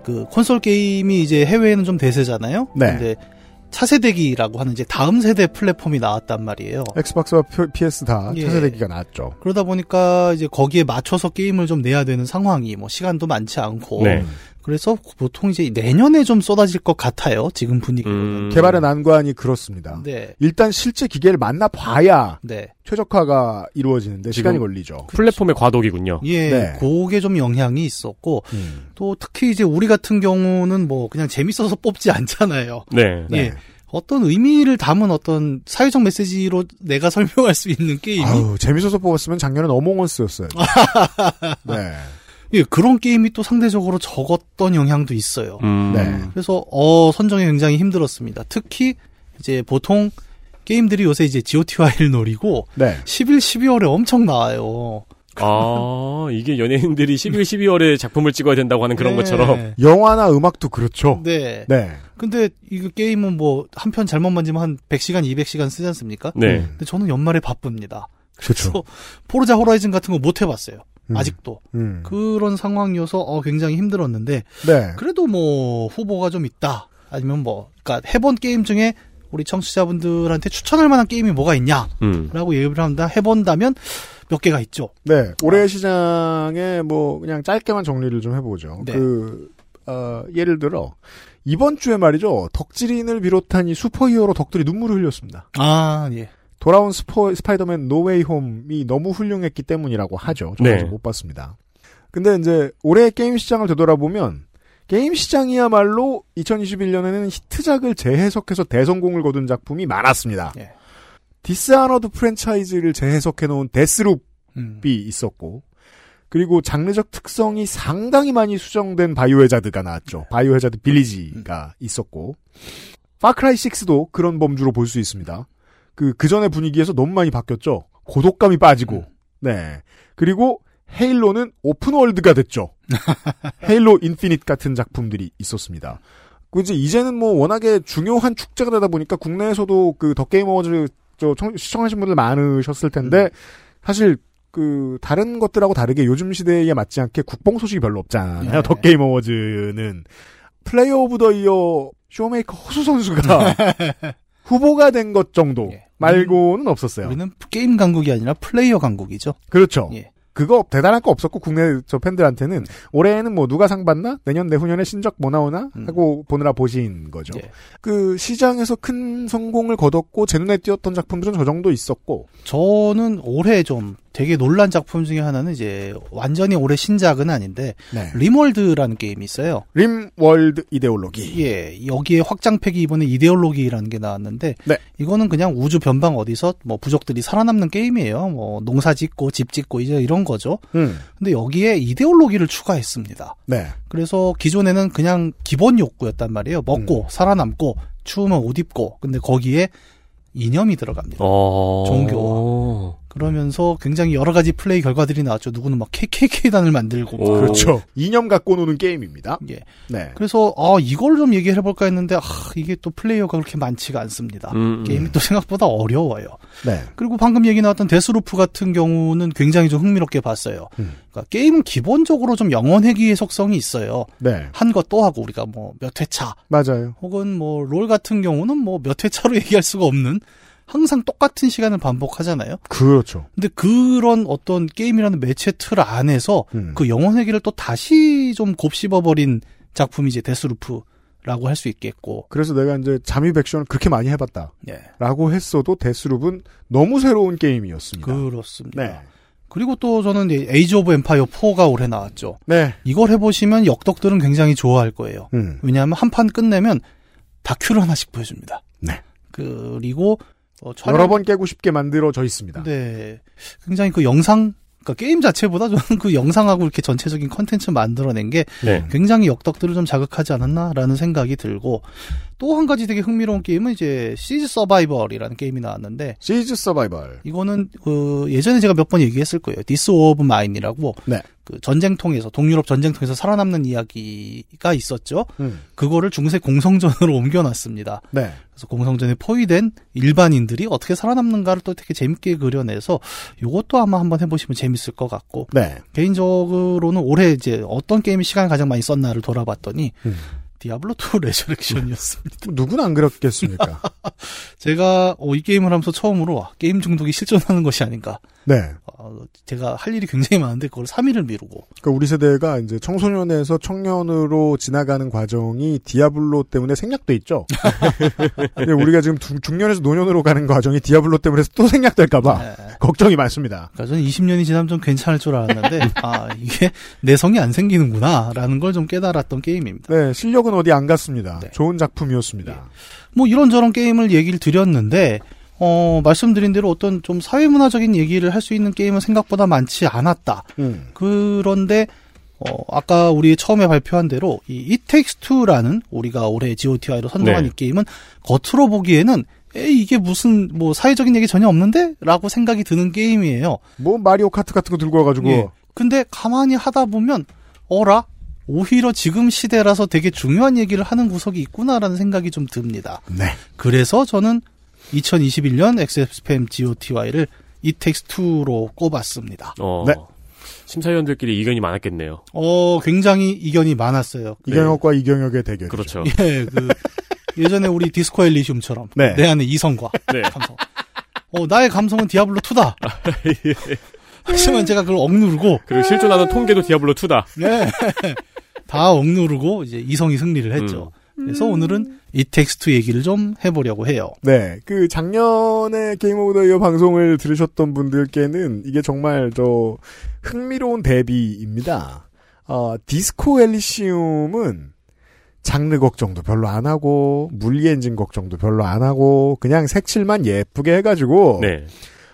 S13: 그 콘솔 게임이 이제 해외에는 좀 대세잖아요.
S3: 네.
S13: 근데 차세대기라고 하는 이제 다음 세대 플랫폼이 나왔단 말이에요.
S3: 엑스박스와 표- PS 다
S13: 예.
S3: 차세대기가 나왔죠.
S13: 그러다 보니까 이제 거기에 맞춰서 게임을 좀 내야 되는 상황이 뭐 시간도 많지 않고
S3: 네.
S13: 그래서 보통 이제 내년에 좀 쏟아질 것 같아요. 지금
S4: 음.
S13: 분위기.
S3: 그 개발의 난관이 그렇습니다.
S13: 네.
S3: 일단 실제 기계를 만나 봐야
S13: 네.
S3: 최적화가 이루어지는데 시간이
S4: 지금
S3: 걸리죠.
S4: 플랫폼의 과도기군요.
S13: 예, 그게 좀 영향이 있었고
S3: 음.
S13: 또 특히 이제 우리 같은 경우는 뭐 그냥 재밌어서 뽑지 않잖아요.
S4: 네. 네.
S13: 예. 어떤 의미를 담은 어떤 사회적 메시지로 내가 [laughs] 설명할 수 있는 게임이
S3: 아우, 재밌어서 뽑았으면 작년엔
S13: [laughs]
S3: 어몽어스였어요. 네.
S13: 예, 그런 게임이 또 상대적으로 적었던 영향도 있어요.
S3: 음. 네.
S13: 그래서 어 선정이 굉장히 힘들었습니다. 특히 이제 보통 게임들이 요새 이제 GOTY를 노리고
S3: 네.
S13: 11, 12월에 엄청 나와요.
S4: 아, 이게 연예인들이 11, 12월에 작품을 찍어야 된다고 하는 그런
S13: 네.
S4: 것처럼.
S3: 영화나 음악도 그렇죠.
S13: 네. 근데 이거 게임은 뭐 한 편 잘못 만지면 한 100시간, 200시간 쓰지 않습니까?
S4: 네.
S13: 근데 저는 연말에 바쁩니다.
S3: 그렇죠.
S13: 그래서 포르자 호라이즌 같은 거 못 해봤어요.
S3: 음.
S13: 아직도.
S3: 음.
S13: 그런 상황이어서 어, 굉장히 힘들었는데
S3: 네.
S13: 그래도 뭐 후보가 좀 있다. 아니면 뭐 그러니까 해본 게임 중에 우리 청취자분들한테 추천할 만한 게임이 뭐가 있냐?
S4: 음.
S13: 라고 예를 한다 해본다면 몇 개가 있죠.
S3: 네, 올해 시장에 뭐 그냥 짧게만 정리를 좀 해보죠.
S13: 네.
S3: 그 어, 예를 들어 이번 주에 말이죠 덕질인을 비롯한 이 슈퍼히어로 덕들이 눈물을 흘렸습니다.
S13: 아, 예.
S3: 돌아온 스포, 스파이더맨 노웨이 홈이 너무 훌륭했기 때문이라고 하죠. 저도
S4: 네.
S3: 아직 못 봤습니다. 근데 이제 올해 게임 시장을 되돌아보면 게임 시장이야말로 2021년에는 히트작을 재해석해서 대성공을 거둔 작품이 많았습니다.
S13: 예.
S3: 디스아너드 프랜차이즈를 재해석해 놓은 데스룹이
S13: 음.
S3: 있었고 그리고 장르적 특성이 상당히 많이 수정된 바이오 해자드가 나왔죠. 바이오 해자드 빌리지가 있었고 파크라이 6도 그런 범주로 볼 수 있습니다. 그, 그 전의 분위기에서 너무 많이 바뀌었죠. 고독감이 빠지고. 네. 그리고 헤일로는 오픈월드가 됐죠. 헤일로 인피닛 같은 작품들이 있었습니다. 그 이제 이제는 뭐 워낙에 중요한 축제가 되다 보니까 국내에서도 그 덕게임 어워즈 저 청- 시청하신 분들 많으셨을 텐데 사실 그 다른 것들하고 다르게 요즘 시대에 맞지 않게 국뽕 소식이 별로 없잖아요. 덕게임 어워즈는 플레이어 오브 더 이어 쇼메이커 허수 선수가 후보가 된 것 정도 말고는 없었어요.
S13: 우리는 게임 강국이 아니라 플레이어 강국이죠.
S3: 그렇죠. 그거 대단할 거 없었고 국내 저 팬들한테는 올해에는 뭐 누가 상 받나 내년 내후년에 신작 뭐 나오나 하고 보느라 보신 거죠. 그 시장에서 큰 성공을 거뒀고 제 눈에 띄었던 작품들은 저 정도 있었고
S13: 저는 올해 좀 되게 놀란 작품 중에 하나는 이제 완전히 올해 신작은 아닌데
S3: 네.
S13: 림월드라는 게임이 있어요.
S3: 림월드 이데올로기.
S13: 예, 여기에 확장팩이 이번에 이데올로기라는 게 나왔는데
S3: 네.
S13: 이거는 그냥 우주 변방 어디서 뭐 부족들이 살아남는 게임이에요. 뭐 농사 짓고 집 짓고 이제 이런 거죠.
S3: 음.
S13: 근데 여기에 이데올로기를 추가했습니다.
S3: 네.
S13: 그래서 기존에는 그냥 기본 욕구였단 말이에요. 먹고
S3: 음.
S13: 살아남고 추우면 옷 입고. 근데 거기에 이념이 들어갑니다.
S4: 어.
S13: 종교와. 그러면서 굉장히 여러 가지 플레이 결과들이 나왔죠. 누구는 막 KKK단을 만들고. 막.
S3: 그렇죠. 이념 갖고 노는 게임입니다.
S13: 예.
S3: 네.
S13: 그래서 아 이걸 좀 얘기를 해볼까 했는데 아 이게 또 플레이어가 그렇게 많지가 않습니다.
S3: 음, 음.
S13: 게임이 또 생각보다 어려워요.
S3: 네.
S13: 그리고 방금 얘기 나왔던 데스루프 같은 경우는 굉장히 좀 흥미롭게 봤어요. 그러니까 게임은 기본적으로 좀 영원 회귀의 속성이 있어요.
S3: 네.
S13: 한 것 또 하고 우리가 뭐 몇 회차
S3: 맞아요.
S13: 혹은 뭐 롤 같은 경우는 뭐 몇 회차로 [laughs] 얘기할 수가 없는 항상 똑같은 시간을 반복하잖아요.
S3: 그렇죠.
S13: 근데 그런 어떤 게임이라는 매체 틀 안에서 그 영혼 회기를 또 다시 좀 곱씹어버린 작품이 이제 데스루프라고 할 수 있겠고.
S3: 그래서 내가 이제 잠입 액션을 그렇게 많이 해봤다.
S13: 예.
S3: 라고 했어도 데스룹은 너무 새로운 게임이었습니다.
S13: 그렇습니다.
S3: 네.
S13: 그리고 또 저는 이제 에이지 오브 엠파이어 4가 올해 나왔죠.
S3: 네.
S13: 이걸 해보시면 역덕들은 굉장히 좋아할 거예요.
S3: 음.
S13: 왜냐하면 한 판 끝내면 다큐를 하나씩 보여줍니다.
S3: 네.
S13: 그리고 어, 촬영-
S3: 여러 번 깨고 싶게 만들어져 있습니다.
S13: 네. 굉장히 그 영상, 그러니까 게임 자체보다 [laughs] 저는 그 영상하고 이렇게 전체적인 컨텐츠 만들어낸 게
S4: 네.
S3: 음.
S13: 굉장히 역덕들을 좀 자극하지 않았나라는 생각이 들고 또 한 가지 되게 흥미로운 게임은 이제 시즈 서바이벌이라는 게임이 나왔는데
S3: 시즈 서바이벌
S13: 이거는 그 예전에 제가 몇 번 얘기했을 거예요. 디스 오브 마인이라고 그 전쟁통에서 동유럽 전쟁통에서 살아남는 이야기가 있었죠.
S3: 음.
S13: 그거를 중세 공성전으로 [laughs] 옮겨놨습니다.
S3: 네.
S13: 그래서 공성전에 포위된 일반인들이 어떻게 살아남는가를 또 되게 재밌게 그려내서 이것도 아마 한번 해보시면 재밌을 것 같고
S3: 네.
S13: 개인적으로는 올해 이제 어떤 게임이 시간을 가장 많이 썼나를 돌아봤더니
S3: 음.
S13: 디아블로 [laughs] 2 레저렉션이었습니다.
S3: 누구나 안 그렇겠습니까?
S13: 제가 어, 이 게임을 하면서 처음으로 와, 게임 중독이 실존하는 것이 아닌가.
S3: 네.
S13: 어, 제가 할 일이 굉장히 많은데 그걸 3일을 미루고
S3: 그러니까 우리 세대가 이제 청소년에서 청년으로 지나가는 과정이 디아블로 때문에 생략돼 있죠. 근데 우리가 지금 중- 중년에서 노년으로 가는 과정이 디아블로 때문에 또 생략될까봐 걱정이 많습니다.
S13: 그러니까 저는 20년이 지나면 좀 괜찮을 줄 알았는데 아 이게 내성이 안 생기는구나라는 걸 좀 깨달았던 게임입니다.
S3: 네, 실력은 어디 안 갔습니다. 좋은 작품이었습니다.
S13: 뭐 이런저런 게임을 얘기를 드렸는데 어 말씀드린 대로 어떤 좀 사회문화적인 얘기를 할 수 있는 게임은 생각보다 많지 않았다.
S3: 음.
S13: 그런데 어 아까 우리 처음에 발표한 대로 이 It Takes Two라는 우리가 올해 GOTI로 선정한
S14: 네.
S13: 이 게임은 겉으로 보기에는 에이, 이게 무슨, 뭐, 사회적인 얘기 전혀 없는데? 라고 생각이 드는 게임이에요.
S3: 뭐, 마리오 카트 같은 거 들고 와가지고.
S13: 예. 근데 가만히 하다 보면, 어라? 오히려 지금 시대라서 되게 중요한 얘기를 하는 구석이 있구나라는 생각이 좀 듭니다.
S3: 네.
S13: 그래서 저는 2021년 XSPM GOTY를 이텍스2로 꼽았습니다.
S4: 어,
S13: 네.
S4: 심사위원들끼리 이견이 많았겠네요.
S13: 어, 굉장히 이견이 많았어요. [laughs]
S3: 이경혁과 이경혁의 대결.
S4: 그렇죠.
S13: 예, 그 예전에 우리 디스코 엘리시움처럼
S3: 네.
S13: 내 안에 이성과
S4: 네.
S13: 감성. 어, 나의 감성은 디아블로 2다. 하지만 제가 그걸 억누르고
S4: 그리고 실존하는 통계도 디아블로 2다.
S13: 네. 다 억누르고 이제 이성이 승리를 했죠. 그래서 오늘은 이 텍스트 얘기를 좀 해보려고 해요.
S3: 네, 그 작년에 게임 오브 더 이어 방송을 들으셨던 분들께는 이게 정말 저 흥미로운 대비입니다. 어, 디스코 엘리시움은 장르 걱정도 별로 안 하고 물리 엔진 걱정도 별로 안 하고 그냥 색칠만 예쁘게 해가지고
S4: 네.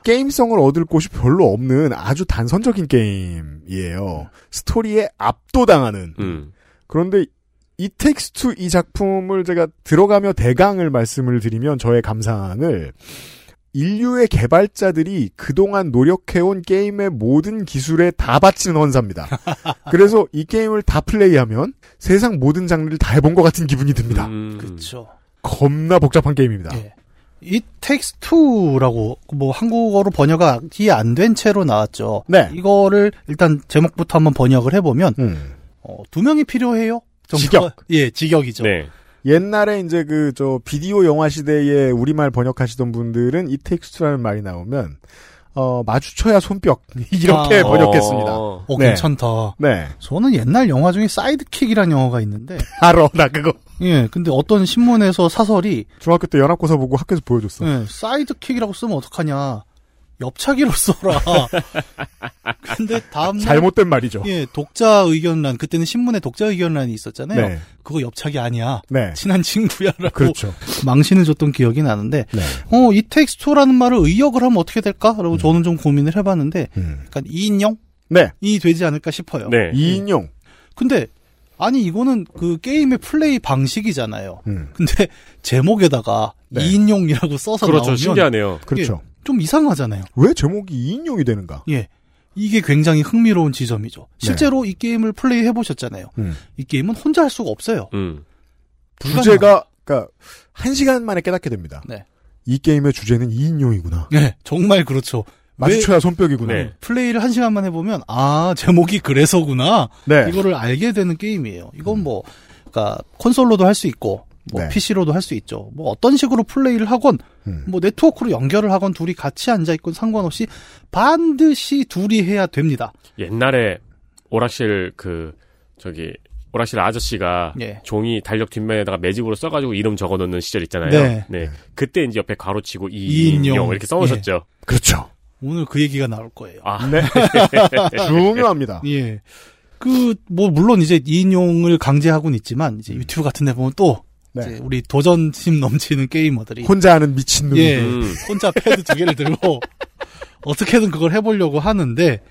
S3: 게임성을 얻을 곳이 별로 없는 아주 단선적인 게임이에요. 스토리에 압도당하는.
S4: 음.
S3: 그런데 이 텍스트 이 작품을 제가 들어가며 대강을 말씀을 드리면 저의 감상을 인류의 개발자들이 그동안 노력해온 게임의 모든 기술에 다 바치는
S13: [laughs]
S3: 헌사입니다. 그래서 이 게임을 다 플레이하면 세상 모든 장르를 다 해본 것 같은 기분이 듭니다.
S4: 음.
S13: 그렇죠.
S3: 겁나 복잡한 게임입니다.
S13: 예. 이 텍스2라고 뭐 한국어로 번역이 안 된 채로 나왔죠.
S3: 네.
S13: 이거를 일단 제목부터 한번 번역을 해보면
S3: 음.
S13: 어, 두 명이 필요해요. 정도가-
S3: 직역. 네.
S13: 예, 직역이죠.
S4: 네.
S3: 옛날에 이제 그 저 비디오 영화 시대에 우리말 번역하시던 분들은 이 텍스트라는 말이 나오면 어 마주쳐야 손뼉 [laughs] 이렇게
S13: 아.
S3: 번역했습니다.
S13: 어, 괜찮다. [laughs]
S3: 네.
S13: 저는 옛날 영화 중에 사이드킥이라는 영화가 있는데
S3: 알아 나 그거.
S13: 예, 근데 어떤 신문에서 사설이
S3: 중학교 때 연합고사 보고 학교에서 보여줬어.
S13: 예, 사이드킥이라고 쓰면 어떡하냐. 옆차기로 써라. [laughs] 근데 다음날
S3: 잘못된 말이죠.
S13: 예, 독자 의견란 그때는 신문에 독자 의견란이 있었잖아요.
S3: 네.
S13: 그거 옆차기 아니야.
S3: 네.
S13: 친한 친구야라고
S3: 그렇죠.
S13: 망신을 줬던 기억이 나는데
S3: 네.
S13: 어, 이 텍스트라는 말을 의역을 하면 어떻게 될까라고 저는 좀 고민을 해 봤는데 약간 이인용?
S3: 네.
S13: 이 되지 않을까 싶어요.
S4: 네.
S3: 이인용.
S13: 근데 아니 이거는 그 게임의 플레이 방식이잖아요.
S3: 음.
S13: 근데 제목에다가 이인용이라고 써서
S4: 그렇죠.
S13: 나오면
S4: 신기하네요.
S13: 이게
S3: 그렇죠.
S13: 좀 이상하잖아요.
S3: 왜 제목이 이인용이 되는가?
S13: 예. 이게 굉장히 흥미로운 지점이죠. 실제로 이 게임을 플레이해 보셨잖아요.
S3: 음.
S13: 이 게임은 혼자 할 수가 없어요.
S4: 음.
S13: 불가능한-
S3: 주제가 그러니까 한 시간 만에 깨닫게 됩니다.
S13: 네.
S3: 이 게임의 주제는 이인용이구나.
S13: 네, 정말 그렇죠.
S3: 마주쳐야
S13: 왜-
S3: 손뼉이구나.
S13: 플레이를 한 시간만 해보면 아 제목이 그래서구나
S3: 네.
S13: 이거를 알게 되는 게임이에요. 이건 뭐 그러니까 콘솔로도 할 수 있고 뭐
S3: 네. 음.
S13: PC로도 할 수 있죠. 뭐 어떤 식으로 플레이를 하건 뭐 네트워크로 연결을 하건 둘이 같이 앉아 있건 상관없이 반드시 둘이 해야 됩니다.
S4: 옛날에 오락실 그 저기 오락실 아저씨가
S13: 예.
S4: 종이 달력 뒷면에다가 매직으로 써가지고 이름 적어놓는 시절 있잖아요.
S13: 네.
S4: 그때 이제 옆에 가로치고
S13: 이인용.
S4: 이인용 이렇게 써놓으셨죠.
S3: 그렇죠.
S13: 오늘 그 얘기가 나올 거예요. 네.
S4: 아,
S3: 중요합니다.
S13: 예. 그, 뭐, 물론 이제 이인용을 강제하고는 있지만, 이제 유튜브 같은 데 보면 또,
S3: 네.
S13: 이제 우리 도전심 넘치는 게이머들이.
S3: 혼자 하는 미친놈.
S13: 예.
S3: 음.
S13: 혼자 패드 두
S3: [laughs]
S13: 개를 들고, 어떻게든 그걸 해보려고 하는데,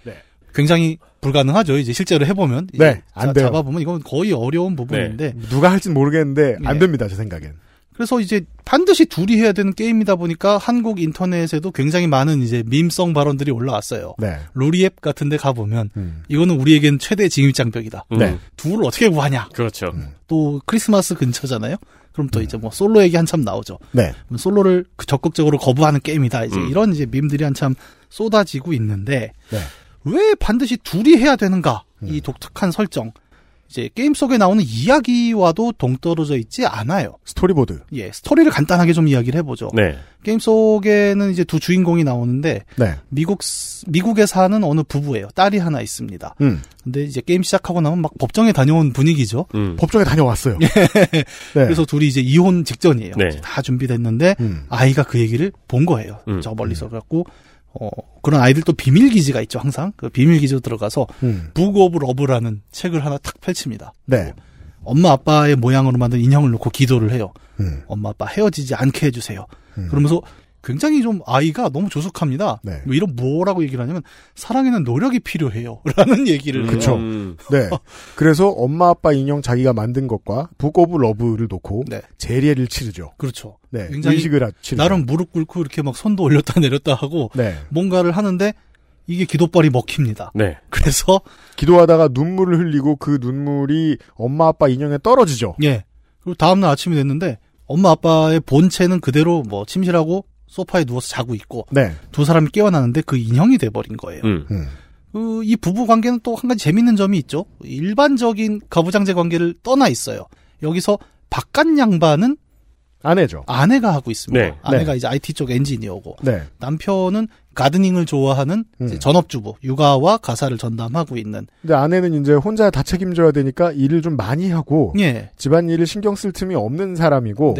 S13: 굉장히 불가능하죠. 이제 실제로 해보면. 이제
S3: 네, 안
S13: 자-
S3: 돼요. 네.
S13: 잡아보면 이건 거의 어려운 부분인데.
S3: 누가 할진 모르겠는데 안
S13: 예.
S3: 됩니다 제 생각엔.
S13: 그래서 이제 반드시 둘이 해야 되는 게임이다 보니까 한국 인터넷에도 굉장히 많은 이제 밈성 발언들이 올라왔어요.
S3: 네. 음.
S13: 로리앱 같은 데 가보면, 이거는 우리에겐 최대 징입장벽이다.
S3: 네.
S13: 둘을 어떻게 구하냐.
S4: 음. 그렇죠.
S13: 또 크리스마스 근처잖아요. 그럼
S3: 음.
S13: 또 이제 뭐 솔로 얘기 한참 나오죠.
S3: 네.
S13: 그럼 솔로를 그 적극적으로 거부하는 게임이다. 이제
S4: 음.
S13: 이런 이제 밈들이 한참 쏟아지고 있는데
S3: 네.
S13: 왜 반드시 둘이 해야 되는가? 이 독특한 설정. 이제 게임 속에 나오는 이야기와도 동떨어져 있지 않아요.
S3: 스토리보드.
S13: 예, 스토리를 간단하게 좀 이야기를 해보죠.
S4: 네.
S13: 게임 속에는 이제 두 주인공이 나오는데
S3: 네.
S13: 미국 스- 미국에 사는 어느 부부예요. 딸이 하나 있습니다.
S3: 음.
S13: 근데 이제 게임 시작하고 나면 막 법정에 다녀온 분위기죠.
S4: 음.
S3: 법정에 다녀왔어요.
S13: 예. 그래서 둘이 이제 이혼 직전이에요.
S3: 네. 음.
S13: 이제 다 준비됐는데 아이가 그 얘기를 본 거예요. 저 멀리서 그래갖고 어, 그런 아이들 또 비밀 기지가 있죠. 항상 그 비밀 기지로 들어가서
S3: 음.
S13: 북 오브 러브라는 책을 하나 탁 펼칩니다.
S3: 네.
S13: 엄마 아빠의 모양으로 만든 인형을 놓고 기도를 해요.
S3: 음.
S13: 엄마 아빠 헤어지지 않게 해주세요. 그러면서 굉장히 좀 아이가 너무 조숙합니다.
S3: 네.
S13: 뭐 이런 뭐라고 얘기를 하냐면 사랑에는 노력이 필요해요. [laughs] 라는
S4: 음.
S13: 얘기를 해요.
S3: 그쵸. 네. 그래서 엄마 아빠 인형 자기가 만든 것과 북 오브 러브를 놓고 재리를 치르죠.
S13: 그렇죠.
S3: 네.
S13: 네. 굉장히
S3: 의식을 치르죠.
S13: 나름 무릎 꿇고 이렇게 막 손도 올렸다 내렸다 하고
S3: 네.
S13: 뭔가를 하는데 이게
S3: [laughs]
S13: 기도발이 먹힙니다.
S4: 네.
S13: 그래서
S3: 기도하다가 눈물을 흘리고 그 눈물이 엄마 아빠 인형에 떨어지죠.
S13: 예. 그리고 다음날 아침이 됐는데 엄마 아빠의 본체는 그대로 뭐 침실하고 소파에 누워서 자고 있고
S3: 네.
S13: 두 사람이 깨어나는데 그 인형이 돼버린 거예요.
S3: 음.
S13: 그 이 부부 관계는 또 한 가지 재밌는 점이 있죠. 일반적인 가부장제 관계를 떠나 있어요. 여기서 바깥 양반은
S3: 아내죠.
S13: 아내가 하고 있습니다.
S3: 네.
S13: 아내가
S3: 네.
S13: 이제 IT 쪽 엔지니어고
S3: 네.
S13: 남편은 가드닝을 좋아하는
S3: 음.
S13: 이제 전업주부, 육아와 가사를 전담하고 있는
S3: 근데 아내는 이제 혼자 다 책임져야 되니까 일을 좀 많이 하고
S13: 예. 네.
S3: 집안 일을 신경 쓸 틈이 없는 사람이고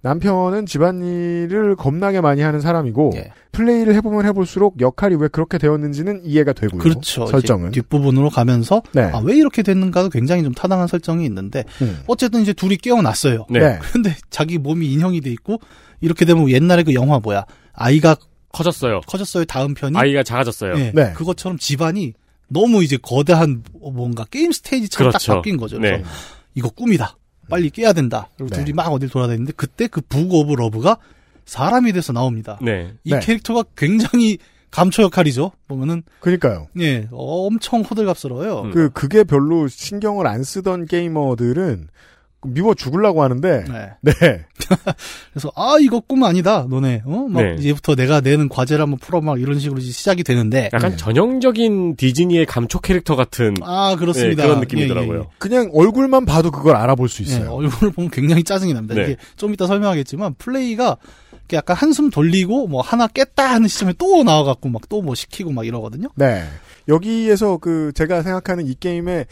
S3: 남편은 집안 일을 겁나게 많이 하는 사람이고
S13: 예.
S3: 플레이를 해보면 해볼수록 역할이 왜 그렇게 되었는지는 이해가 되고요.
S13: 그렇죠. 이제
S3: 설정은 네.
S13: 뒷부분으로 가면서 아, 왜 이렇게 됐는가도 굉장히 좀 타당한 설정이 있는데
S3: 음.
S13: 어쨌든 이제 둘이 깨어났어요. [laughs]
S3: 네. 네.
S13: 그런데 자기 몸이 인형이 돼 있고 이렇게 되면 옛날에 그 영화 뭐야 아이가
S4: 커졌어요.
S13: 커졌어요 다음 편이
S4: 아이가 네. 작아졌어요.
S13: 예, 그것처럼 집안이 너무 이제 거대한 뭔가 게임 스테이지처럼
S4: 그렇죠.
S13: 딱 바뀐 거죠. 그래서
S4: 네.
S13: 이거 꿈이다. 빨리 깨야 된다. 그리고
S4: 네.
S13: 둘이 막 어딜 돌아다니는데 그때 그 북오브 러브가 사람이 돼서 나옵니다.
S4: 네.
S13: 이 캐릭터가 굉장히 감초 역할이죠. 보면은
S3: 그러니까요.
S13: 예, 엄청 호들갑스러워요.
S3: 그 그게 별로 신경을 안 쓰던 게이머들은 미워 죽으려고 하는데
S13: 네.
S3: 네.
S13: 그래서 아 이거 꿈 아니다 너네 어? 막
S4: 네.
S13: 이제부터 내가 내는 과제를 한번 풀어 막 이런 식으로 이제 시작이 되는데
S4: 약간 전형적인 디즈니의 감초 캐릭터 같은
S13: 네. 아 그렇습니다
S4: 네, 그런
S13: 예, 예,
S4: 느낌이더라고요.
S13: 예.
S3: 그냥 얼굴만 봐도 그걸 알아볼 수
S13: 있어요. 네, 얼굴을 보면 굉장히 짜증이 납니다.
S4: 네.
S13: 이게 좀 이따 설명하겠지만 플레이가 이렇게 약간 한숨 돌리고 뭐 하나 깼다 하는 시점에 또 나와갖고 막 또 뭐 시키고 막 이러거든요.
S3: 네. 여기에서 그 제가 생각하는 이 게임의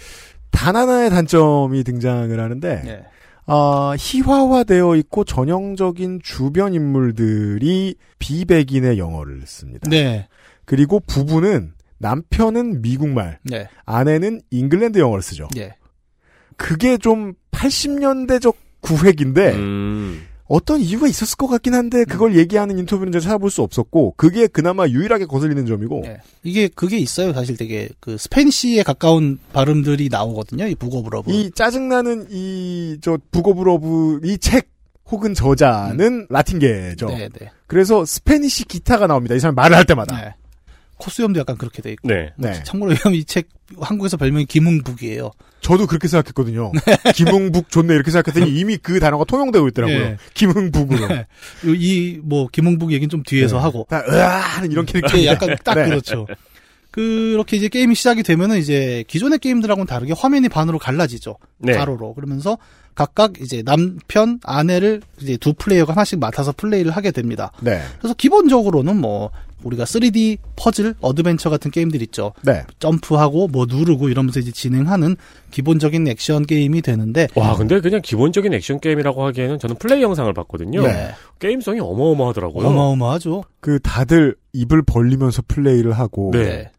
S3: 단 하나의 단점이 등장을 하는데
S13: 네.
S3: 아, 희화화되어 있고 전형적인 주변 인물들이 비백인의 영어를 씁니다.
S13: 네.
S3: 그리고 부부는 남편은 미국말,
S13: 네.
S3: 아내는 잉글랜드 영어를 쓰죠.
S13: 예.
S3: 그게 좀 80년대적
S13: 예.
S3: 구획인데
S13: 음.
S4: 음.
S3: 어떤 이유가 있었을 것 같긴 한데 그걸 얘기하는 인터뷰는 제가 찾아볼 수 없었고 그게 그나마 유일하게 거슬리는 점이고
S13: 네. 이게 그게 있어요. 사실 되게 그 스페니쉬에 가까운 발음들이 나오거든요. 이 북어브러브.
S3: 이 짜증나는 이 저 북오브러브 이 책 혹은 저자는 라틴계죠.
S13: 네, 네.
S3: 그래서 스페니쉬 기타가 나옵니다. 이 사람 말을 할 때마다.
S13: 네. 코수염도 약간 그렇게 돼 있고.
S4: 네.
S13: 뭐 참고로 이 책 한국에서 별명이 김흥북이에요.
S3: 저도 그렇게 생각했거든요. 김흥북 좋네 이렇게 생각했더니 이미 그 단어가 통용되고 있더라고요.
S13: 네.
S3: 김흥북으로.
S13: 이 뭐 김흥북 얘기는 좀 뒤에서
S3: 네.
S13: 하고.
S3: 다 으아 하는 이런 캐릭터.
S13: 예, 약간 딱 그렇죠. 그렇게 이제 게임이 시작이 되면은 이제 기존의 게임들하고는 다르게 화면이 반으로 갈라지죠.
S4: 네.
S13: 가로로. 그러면서 각각 이제 남편, 아내를 이제 두 플레이어가 하나씩 맡아서 플레이를 하게 됩니다.
S3: 네.
S13: 그래서 기본적으로는 뭐 우리가 3D 퍼즐, 어드벤처 같은 게임들 있죠.
S3: 네.
S13: 점프하고 뭐 누르고 이러면서 이제 진행하는 기본적인 액션 게임이 되는데
S4: 와, 근데 그냥 기본적인 액션 게임이라고 하기에는 저는 플레이 영상을 봤거든요.
S13: 네.
S4: 게임성이 어마어마하더라고요.
S13: 어마어마하죠.
S3: 그 다들 입을 벌리면서 플레이를 하고.
S4: 네.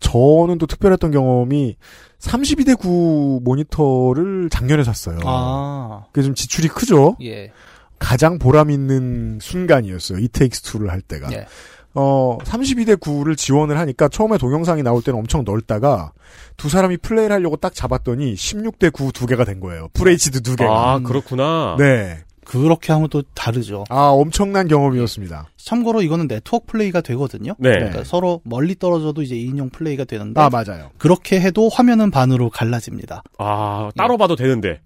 S3: 저는 또 특별했던 경험이 32대 9 모니터를 작년에 샀어요.
S13: 아.
S3: 그게 좀 지출이 크죠.
S13: 예.
S3: 가장 보람 있는 순간이었어요. 이테이크스 2를 할 때가.
S13: 예.
S3: 어, 32대 9를 지원을 하니까 처음에 동영상이 나올 때는 엄청 넓다가 두 사람이 플레이를 하려고 딱 잡았더니 16대 9 두 개가 된 거예요. FHD 두 개가.
S4: 아, 그렇구나.
S3: 네.
S13: 그렇게 하면 또 다르죠.
S3: 아, 엄청난 경험이었습니다.
S13: 참고로 이거는 네트워크 플레이가 되거든요.
S3: 네.
S13: 그러니까 서로 멀리 떨어져도 이제 2인용 플레이가
S4: 네.
S13: 되는데
S3: 아, 맞아요.
S13: 그렇게 해도 화면은 반으로 갈라집니다.
S4: 아, 따로 봐도 되는데.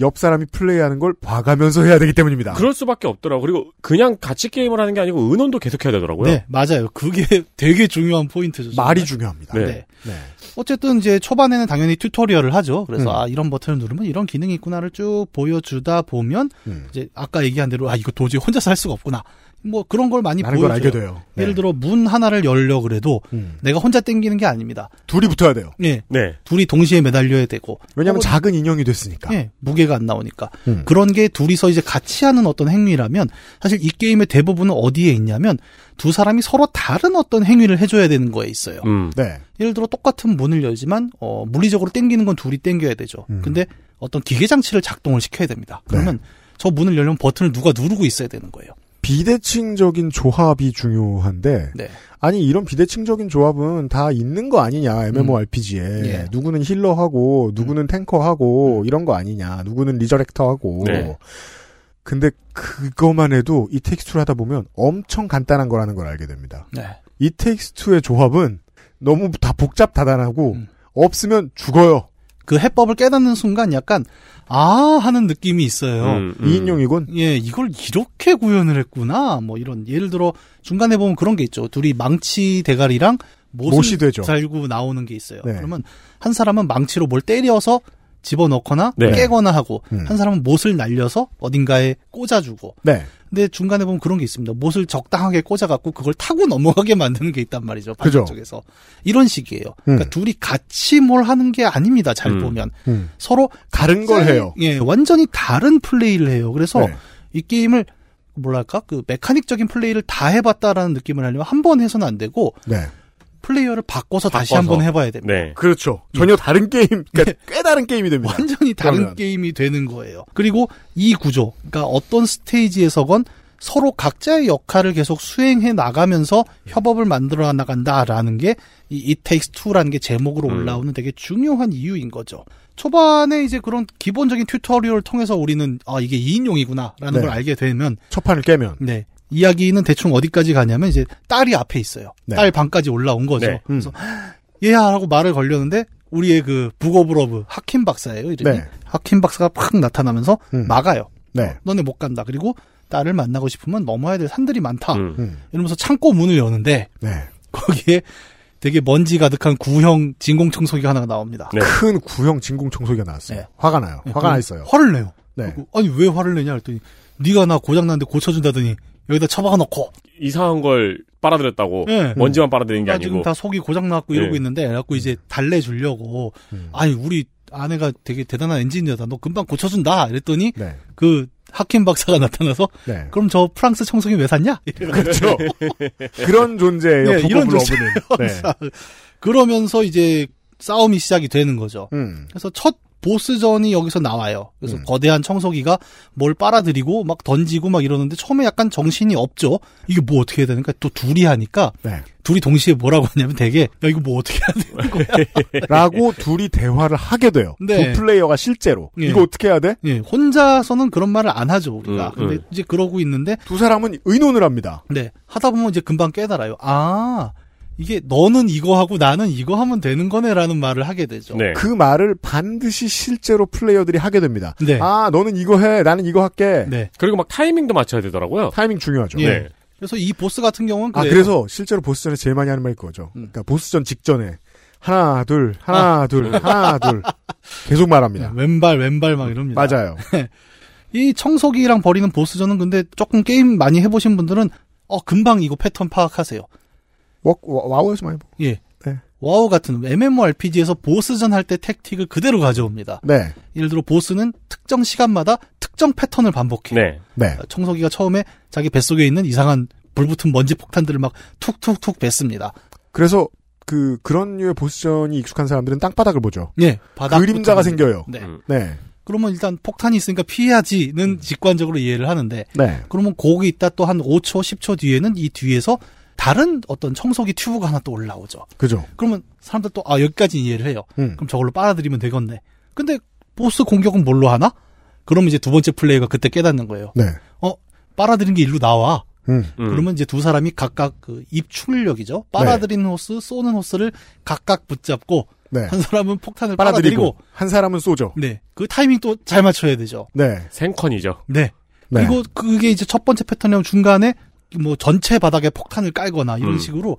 S3: 옆 사람이 플레이하는 걸 봐가면서 해야 되기 때문입니다.
S4: 그럴 수밖에 없더라고. 그리고 그냥 같이 게임을 하는 게 아니고 은원도 계속해야 되더라고요.
S13: 네, 맞아요. 그게 [laughs] 되게 중요한 포인트죠. 정말.
S4: 말이
S3: 중요합니다.
S4: 네.
S13: 네. 어쨌든 이제 초반에는 당연히 튜토리얼을 하죠. 그래서
S3: 음.
S13: 아 이런 버튼을 누르면 이런 기능이 있구나를 쭉 보여주다 보면
S3: 음.
S13: 이제 아까 얘기한 대로 아 이거 도저히 혼자서 할 수가 없구나. 뭐 그런 걸 많이
S3: 많은
S13: 보여줘요.
S3: 걸 알게 돼요. 네. 음.
S13: 예를 들어 문 하나를 열려 그래도 내가 혼자 땡기는 게 아닙니다.
S3: 둘이 붙어야 돼요.
S13: 네.
S4: 네.
S13: 둘이 동시에 매달려야 되고.
S4: 어,
S3: 왜냐면 작은 인형이 됐으니까.
S13: 예, 무게가 안 나오니까.
S3: 음.
S13: 그런 게 둘이서 이제 같이 하는 어떤 행위라면 사실 이 게임의 대부분은 어디에 있냐면 두 사람이 서로 다른 어떤 행위를 해줘야 되는 거에 있어요.
S3: 네.
S13: 예를 들어 똑같은 문을 열지만 어, 물리적으로 땡기는 건 둘이 땡겨야 되죠.
S3: 음.
S13: 근데
S3: 네.
S13: 어떤 기계 장치를 작동을 시켜야 됩니다. 그러면 저 문을 열려면 버튼을 누가 누르고 있어야 되는 거예요.
S3: 비대칭적인 조합이 중요한데
S13: 네.
S3: 아니 이런 비대칭적인 조합은 다 있는 거 아니냐 MMORPG에
S13: 예.
S3: 누구는 힐러하고 누구는 탱커하고 이런 거 아니냐 누구는 리저렉터하고
S13: 네.
S3: 근데 그거만 해도 이 텍스트를 하다 보면 엄청 간단한 거라는 걸 알게 됩니다.
S13: 네.
S3: 이 텍스트의 조합은 너무 다 복잡다단하고 없으면 죽어요.
S13: 그 해법을 깨닫는 순간 약간 아 하는 느낌이 있어요.
S3: 음, 음. 이인용이군.
S13: 예, 이걸 이렇게 구현을 했구나. 뭐 이런 예를 들어 중간에 보면 그런 게 있죠. 둘이 망치 대가리랑 못을
S3: 못이 되죠.
S13: 달고 나오는 게 있어요.
S3: 네.
S13: 그러면 한 사람은 망치로 뭘 때려서 집어넣거나
S3: 네.
S13: 깨거나 하고
S3: 음.
S13: 한 사람은 못을 날려서 어딘가에 꽂아주고.
S3: 네.
S13: 근데 중간에 보면 그런 게 있습니다. 못을 적당하게 꽂아갖고 그걸 타고 넘어가게 만드는 게 있단 말이죠.
S3: 그죠.
S13: 반대쪽에서. 그래서 이런 식이에요. 그러니까 둘이 같이 뭘 하는 게 아닙니다. 잘
S3: 음.
S13: 보면
S3: 음.
S13: 서로
S3: 다른 걸
S13: 갑자기,
S3: 해요.
S13: 예, 완전히 다른 플레이를 해요. 그래서
S3: 네.
S13: 이 게임을 뭐랄까 그 메카닉적인 플레이를 다 해봤다라는 느낌을 하려면 한 번 해서는 안 되고
S3: 네.
S13: 플레이어를 바꿔서, 다시
S3: 바꿔서.
S13: 한 번 해봐야 됩니다.
S4: 네.
S3: 그렇죠. 전혀 다른 게임, 그러니까 꽤 다른 게임이 됩니다.
S13: 완전히 다른
S3: 그러면.
S13: 게임이 되는 거예요. 그리고 이 구조, 그러니까 어떤 스테이지에서건 서로 각자의 역할을 계속 수행해 나가면서 협업을 만들어 나간다라는 게 이 It Takes Two라는 게 제목으로
S14: 음.
S13: 올라오는 되게 중요한 이유인 거죠. 초반에 이제 그런 기본적인 튜토리얼을 통해서 우리는 아 이게 2인용이구나라는
S3: 네.
S13: 걸 알게 되면
S3: 첫판을 깨면
S13: 네 이야기는 대충 어디까지 가냐면 이제 딸이 앞에 있어요.
S3: 네.
S13: 딸 방까지 올라온 거죠.
S3: 네.
S13: 그래서 얘야라고 말을 걸렸는데 우리의 그 북오브러브 하킴 박사예요 이름이
S3: 네.
S13: 하킴 박사가 팍 나타나면서 막아요. "어,
S3: 네.
S13: 너네 못 간다. 그리고 딸을 만나고 싶으면 넘어야 될 산들이 많다.
S3: 음.
S13: 이러면서 창고 문을 여는데
S3: 네.
S13: 거기에 되게 먼지 가득한 구형 진공 청소기가 하나가 나옵니다.
S3: 큰 구형 진공 청소기가 나왔어요. 화가 나요.
S13: 네,
S3: 네. 화가 나
S13: 그럼
S3: 있어요.
S13: 화를 내요.
S3: 네.
S13: 그리고 아니 왜 화를 내냐 했더니 네가 나 고장 났는데 고쳐준다더니 여기다 처박아 놓고
S4: 이상한 걸 빨아들였다고
S13: 예.
S4: 먼지만 빨아들인 게
S13: 나 지금
S4: 아니고
S13: 다 속이 고장 났고 이러고
S4: 예. 음.
S13: 있는데 그래갖고 이제 달래주려고 아니 우리 아내가 되게 대단한 엔지니어다 너 금방 고쳐준다 이랬더니
S4: 네.
S13: [laughs] 그 하킴 박사가 나타나서
S3: 네.
S13: 그럼 저 프랑스 청소기 왜 샀냐 [laughs]
S3: 그렇죠. [laughs] 그런 존재예요.
S13: 예, 이런
S3: 북오브러브는.
S13: 존재예요. [laughs]
S3: 네.
S13: 항상. 그러면서 이제 싸움이 시작이 되는 거죠.
S3: 음.
S13: 그래서 첫 보스전이 여기서 나와요.
S4: 음.
S13: 그래서 거대한 청소기가 뭘 빨아들이고 막 던지고 막 이러는데 처음에 약간 정신이 없죠. 이게 뭐 어떻게 해야 되니까 또 둘이 하니까
S3: 네.
S13: 둘이 동시에 뭐라고 하냐면 되게 야 이거 뭐 어떻게 해야 되는 거야?
S3: 라고 둘이 대화를 하게 돼요.
S13: 네.
S3: 두 플레이어가 실제로
S13: 예.
S3: 이거 어떻게 해야 돼?
S13: 예, 혼자서는 그런 말을 안 하죠 우리가.
S3: 음,
S13: 근데
S3: 음.
S13: 이제 그러고 있는데
S3: 두 사람은 의논을 합니다.
S13: 네, 하다 보면 이제 금방 깨달아요. 아, 이게 너는 이거 하고 나는 이거 하면 되는 거네라는 말을 하게 되죠.
S3: 그 말을 반드시 실제로 플레이어들이 하게 됩니다.
S13: 네.
S3: 아, 너는 이거 해. 나는 이거 할게.
S4: 그리고 막 타이밍도 맞춰야 되더라고요.
S3: 타이밍 중요하죠.
S13: 예. 그래서 이 보스 같은 경우는
S3: 네. 아,
S13: 그래요.
S3: 그래서 실제로 보스전에 제일 많이 하는 말이 그거죠. 그러니까 보스전 직전에 하나, 둘, 하나,
S13: 아.
S3: 둘, 하나, 둘. 계속 말합니다.
S13: 네, 왼발 왼발 막 이럽니다.
S3: 네, 맞아요.
S13: 이 청소기랑 버리는 보스전은 근데 조금 게임 많이 해보신 분들은 어 금방 이거 패턴 파악하세요.
S3: 워- 워- 와우에서 많이 보.
S13: 예. 와우 같은 MMORPG에서 보스전 할 때 택틱을 그대로 가져옵니다.
S3: 네.
S13: 예를 들어 보스는 특정 시간마다 특정 패턴을 반복해요.
S4: 네.
S3: 네.
S13: 청소기가 처음에 자기 뱃속에 있는 이상한 불붙은 먼지 폭탄들을 막 툭툭툭 뱉습니다.
S3: 그래서 그 그런 류의 보스전이 익숙한 사람들은 땅바닥을 보죠.
S13: 예, 바닥
S3: 그림자가
S13: 붙은
S3: 생겨요.
S13: 네.
S3: 네.
S13: 그러면 일단 폭탄이 있으니까
S3: 음.
S13: 피해야지는 직관적으로 이해를 하는데
S3: 네.
S13: 그러면 거기 있다 또 한 5초, 10초 뒤에는 이 뒤에서 다른 어떤 청소기 튜브가 하나 또 올라오죠.
S3: 그죠.
S13: 그러면 사람들 또, 아, 여기까지 이해를 해요.
S3: 음.
S13: 그럼 저걸로 빨아들이면 되겠네. 근데 보스 공격은 뭘로 하나? 그럼 이제 두 번째 플레이가 그때 깨닫는 거예요.
S3: 네.
S13: 어, 빨아들인 게 일로 나와.
S3: 음. 네.
S13: 그러면 이제 두 사람이 각각 그 입출력이죠. 빨아들이는 호스, 쏘는 호스를 각각 붙잡고,
S3: 네.
S13: 한 사람은 폭탄을
S3: 빨아들이고,
S13: 빨아들이고,
S3: 한 사람은 쏘죠.
S13: 네. 그 타이밍도 잘 맞춰야 되죠.
S3: 네.
S4: 생컨이죠.
S13: 네. 그리고 그게 이제 첫 번째 패턴이면 중간에 뭐 전체 바닥에 폭탄을 깔거나 이런
S4: 음.
S13: 식으로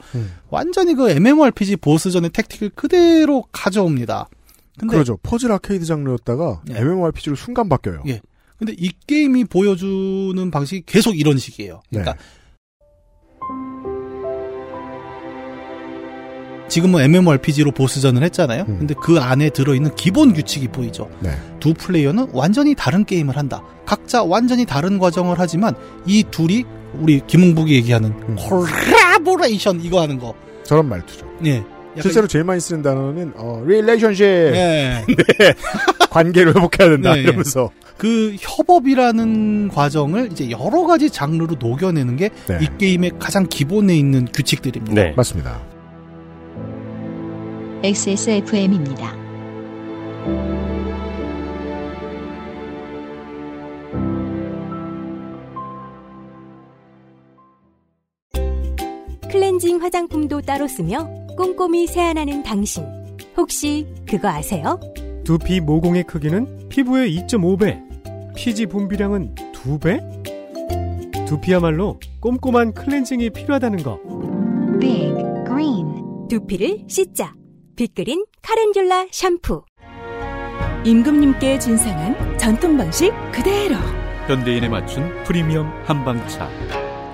S13: 완전히 그 MMORPG 보스전의 택틱을 그대로 가져옵니다. 근데
S3: 그러죠. 퍼즐 아케이드 장르였다가 MMORPG로 순간 바뀌어요.
S13: 예. 근데 이 게임이 보여주는 방식이 계속 이런 식이에요. 그러니까 지금은 뭐 MMORPG로 보스전을 했잖아요. 근데 그 안에 들어있는 기본 규칙이 보이죠.
S3: 네.
S13: 두 플레이어는 완전히 다른 게임을 한다. 각자 완전히 다른 과정을 하지만 이 둘이 우리 김웅북이 얘기하는 콜라보레이션 이거 하는 거.
S3: 저런 말투죠.
S13: 예. 약간
S3: 네.
S13: 예.
S3: 실제로 [laughs] 제일 많이 쓰는 단어는 어, relationship.
S13: 네.
S3: 관계를 회복해야 된다
S13: 네, 예.
S3: 이러면서
S13: 그 협업이라는 과정을 이제 여러 가지 장르로 녹여내는 게 이
S3: 네.
S13: 게임의 가장 기본에 있는
S4: 네.
S13: 규칙들입니다.
S12: 네.
S3: 맞습니다.
S1: XSFM입니다.
S6: 클렌징 화장품도 따로 쓰며 꼼꼼히 세안하는 당신. 혹시 그거 아세요?
S5: 두피 모공의 크기는 피부의 2.5배, 피지 분비량은 2배? 두피야말로 꼼꼼한 클렌징이 필요하다는 거.
S6: Big Green 두피를 씻자. 빅그린 카렌듈라 샴푸.
S14: 임금님께 진상한 전통 방식 그대로
S15: 현대인에 맞춘 프리미엄 한방차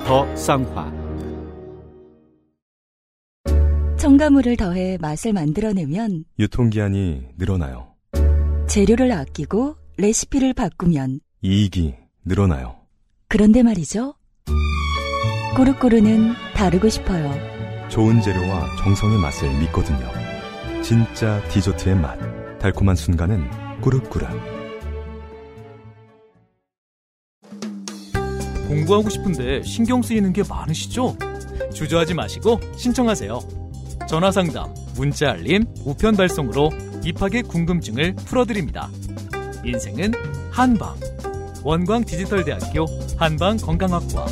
S15: 더 쌍화
S14: 첨가물을 더해 맛을 만들어내면
S12: 유통기한이 늘어나요.
S14: 재료를 아끼고 레시피를 바꾸면
S12: 이익이 늘어나요.
S14: 그런데 말이죠. 꼬르꼬르는 다르고 싶어요.
S12: 좋은 재료와 정성의 맛을 믿거든요. 진짜 디저트의 맛. 달콤한 순간은 꾸룩꾸룩.
S10: 공부하고 싶은데 신경 쓰이는 게 많으시죠? 주저하지 마시고 신청하세요. 전화 상담, 문자 알림, 우편 발송으로 입학의 궁금증을 풀어드립니다. 인생은 한방. 원광 디지털대학교 한방 건강학과.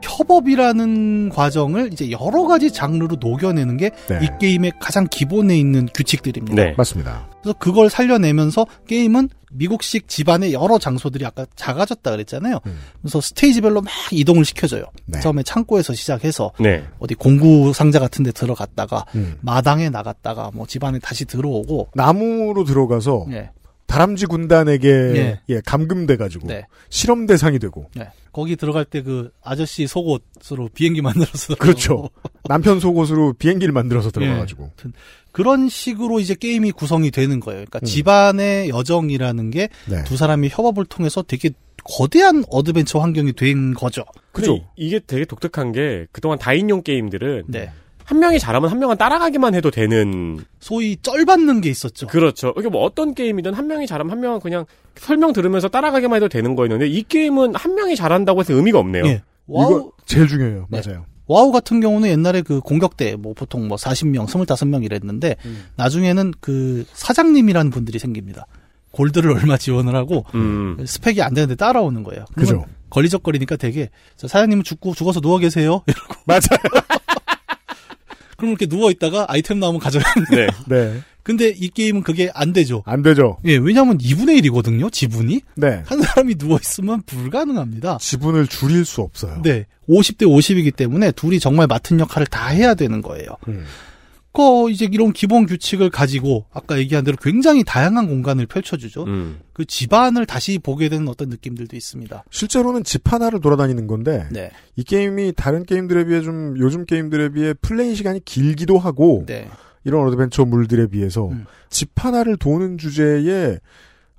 S13: 협업이라는 과정을 이제 여러 가지 장르로 녹여내는 게 이 게임의 가장 기본에 있는 규칙들입니다.
S4: 네.
S3: 맞습니다.
S13: 그래서 그걸 살려내면서 게임은 미국식 집안의 여러 장소들이 아까 작아졌다 그랬잖아요.
S3: 음.
S13: 그래서 스테이지별로 막 이동을 시켜줘요.
S3: 네.
S13: 처음에 창고에서 시작해서
S4: 네.
S13: 어디 공구 상자 같은 데 들어갔다가
S3: 음.
S13: 마당에 나갔다가 뭐 집안에 다시 들어오고
S3: 나무로 들어가서
S13: 예.
S3: 다람쥐 군단에게
S13: 예.
S3: 예, 감금돼가지고
S13: 네.
S3: 실험 대상이 되고
S13: 예. 거기 들어갈 때 그 아저씨 속옷으로 비행기 만들어서 [laughs]
S3: 그렇죠. 남편 속옷으로 비행기를 만들어서
S13: 예.
S3: 들어가가지고
S13: 아무튼 그런 식으로 이제 게임이 구성이 되는 거예요. 그러니까
S3: 음.
S13: 집안의 여정이라는 게 두
S3: 네.
S13: 사람이 협업을 통해서 되게 거대한 어드벤처 환경이 된 거죠.
S4: 그죠? 이게 되게 독특한 게 그동안 다인용 게임들은
S13: 네.
S4: 한 명이 잘하면 한 명은 따라가기만 해도 되는
S13: 소위 쩔받는 게 있었죠.
S4: 그렇죠. 이게 뭐 어떤 게임이든 한 명이 잘하면 한 명은 그냥 설명 들으면서 따라가기만 해도 되는 거였는데 이 게임은 한 명이 잘한다고 해서 의미가 없네요.
S13: 예. 와우. 네.
S3: 제일 중요해요. 맞아요.
S13: 와우 같은 경우는 옛날에 그 공격대 뭐 보통 뭐 40명, 25명 이랬는데
S3: 음.
S13: 나중에는 그 사장님이라는 분들이 생깁니다. 골드를 [laughs] 얼마 지원을 하고
S4: 음.
S13: 스펙이 안 되는데 따라오는 거예요. 그건
S3: 그죠.
S13: 걸리적거리니까 되게 자, 사장님은 죽고 죽어서 누워 계세요. [laughs] 이러고
S3: 맞아요.
S13: [laughs] 그럼 이렇게 누워 있다가 아이템 나오면 가져가는
S4: 네.
S3: 네.
S13: 근데 이 게임은 그게 안 되죠.
S3: 안 되죠.
S13: 예, 왜냐하면 2분의 1이거든요. 지분이
S3: 네.
S13: 한 사람이 누워 있으면 불가능합니다.
S3: 지분을 줄일 수 없어요.
S13: 네, 50대 50이기 때문에 둘이 정말 맡은 역할을 다 해야 되는 거예요. 거 이제 이런 기본 규칙을 가지고 아까 얘기한 대로 굉장히 다양한 공간을 펼쳐주죠. 그 집안을 다시 보게 되는 어떤 느낌들도 있습니다.
S3: 실제로는 집 하나를 돌아다니는 건데
S13: 네.
S3: 이 게임이 다른 게임들에 비해 좀 요즘 게임들에 비해 플레이 시간이 길기도 하고
S13: 네.
S3: 이런 어드벤처물들에 비해서 집 하나를 도는 주제에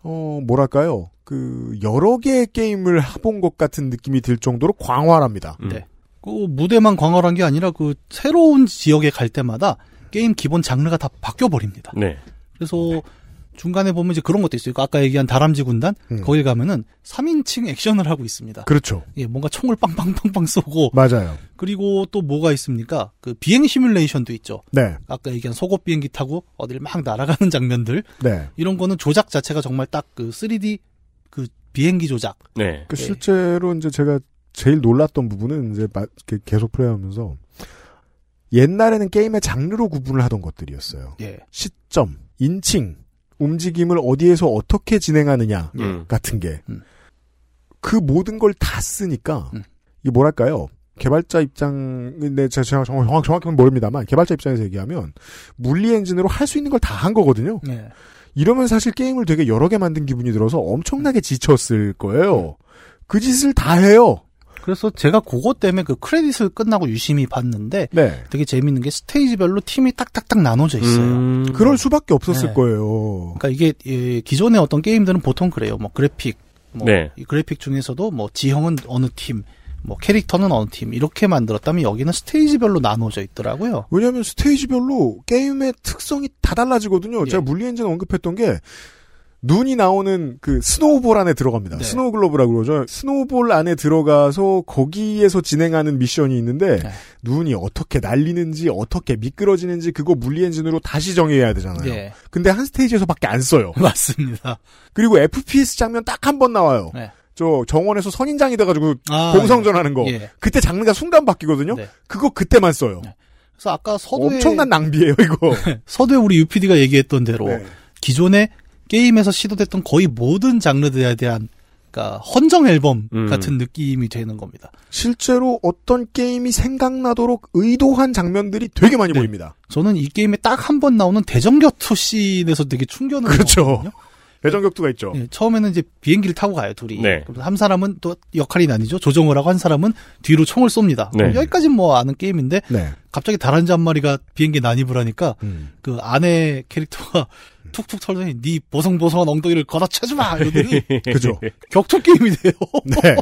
S3: 어 뭐랄까요 그 여러 개의 게임을 해본 것 같은 느낌이 들 정도로 광활합니다.
S13: 네. 그 무대만 광활한 게 아니라 그 새로운 지역에 갈 때마다 게임 기본 장르가 다 바뀌어 버립니다.
S4: 네.
S13: 그래서 중간에 보면 이제 그런 것도 있어요. 아까 얘기한 다람쥐 군단 거기 가면은 3인칭 액션을 하고 있습니다.
S3: 그렇죠.
S13: 예, 뭔가 총을 빵빵빵빵 쏘고
S3: 맞아요.
S13: 그리고 또 뭐가 있습니까? 그 비행 시뮬레이션도 있죠.
S3: 네.
S13: 아까 얘기한 속옷 비행기 타고 어딜 막 날아가는 장면들
S3: 네.
S13: 이런 거는 조작 자체가 정말 딱 그 3D 그 비행기 조작.
S4: 네.
S3: 그 실제로 이제 제가 제일 놀랐던 부분은 이제 마- 이렇게 계속 플레이하면서 옛날에는 게임의 장르로 구분을 하던 것들이었어요.
S13: 예.
S3: 시점, 인칭, 움직임을 어디에서 어떻게 진행하느냐
S4: 음.
S3: 같은 게 그 모든 걸 다 쓰니까 이게 뭐랄까요? 개발자 입장은 네, 제가 제가 정확, 정확, 정확히는 모릅니다만 개발자 입장에서 얘기하면 물리 엔진으로 할 수 있는 걸 다 한 거거든요.
S13: 네.
S3: 이러면 사실 게임을 되게 여러 개 만든 기분이 들어서 엄청나게 지쳤을 거예요. 그 짓을 다 해요.
S13: 그래서 제가 그것 때문에 그 크레딧을 끝나고 유심히 봤는데
S3: 네.
S13: 되게 재밌는 게 스테이지별로 팀이 딱딱딱 나눠져 있어요.
S4: 음.
S3: 그럴 수밖에 없었을
S13: 네.
S3: 거예요.
S13: 그러니까 이게 예, 기존의 어떤 게임들은 보통 그래요. 뭐 그래픽, 뭐
S3: 네.
S13: 이 그래픽 중에서도 뭐 지형은 어느 팀, 뭐 캐릭터는 어느 팀 이렇게 만들었다면 여기는 스테이지별로 나눠져 있더라고요. [laughs]
S3: 왜냐하면 스테이지별로 게임의 특성이 다 달라지거든요.
S13: 예.
S3: 제가 물리엔진 언급했던 게 눈이 나오는 그 스노우볼 안에 들어갑니다.
S13: 네.
S3: 스노우글로브라고 그러죠. 스노우볼 안에 들어가서 거기에서 진행하는 미션이 있는데
S13: 네.
S3: 눈이 어떻게 날리는지 어떻게 미끄러지는지 그거 물리엔진으로 다시 정해야 되잖아요.
S13: 예.
S3: 근데 한 스테이지에서밖에 안 써요.
S13: 맞습니다.
S3: 그리고 FPS 장면 딱 한 번 나와요.
S13: 네.
S3: 저 정원에서 선인장이 돼가지고
S13: 아,
S3: 공성전 하는 거.
S13: 예. 네.
S3: 그때 장르가 순간 바뀌거든요. 그거 그때만 써요.
S13: 그래서 아까 서두에
S3: 엄청난 낭비예요 이거.
S13: 서두에 우리 UPD가 얘기했던 대로 기존의 게임에서 시도됐던 거의 모든 장르들에 대한 그러니까 헌정 앨범
S3: 음.
S13: 같은 느낌이 되는 겁니다.
S3: 실제로 어떤 게임이 생각나도록 의도한 장면들이 되게 많이 보입니다.
S13: 저는 이 게임에 딱 한 번 나오는 대전격투 씬에서 되게 충격을 예,
S3: 그렇죠. 네. 대전격투가 있죠.
S13: 처음에는 이제 비행기를 타고 가요 둘이.
S3: 네.
S13: 그럼 한 사람은 또 역할이 나뉘죠. 조정을 하고 한 사람은 뒤로 총을 쏩니다.
S3: 네.
S13: 여기까지는 뭐 아는 게임인데
S3: 네.
S13: 갑자기 다람쥐 한 마리가 비행기 난입을 하니까
S3: 음.
S13: 그 아내 캐릭터가 툭툭 털더니 네 보송보송한 엉덩이를 걷어쳐주마 이러더니
S3: [laughs] 그죠.
S13: 격투 게임이 돼요. [laughs]
S3: 네.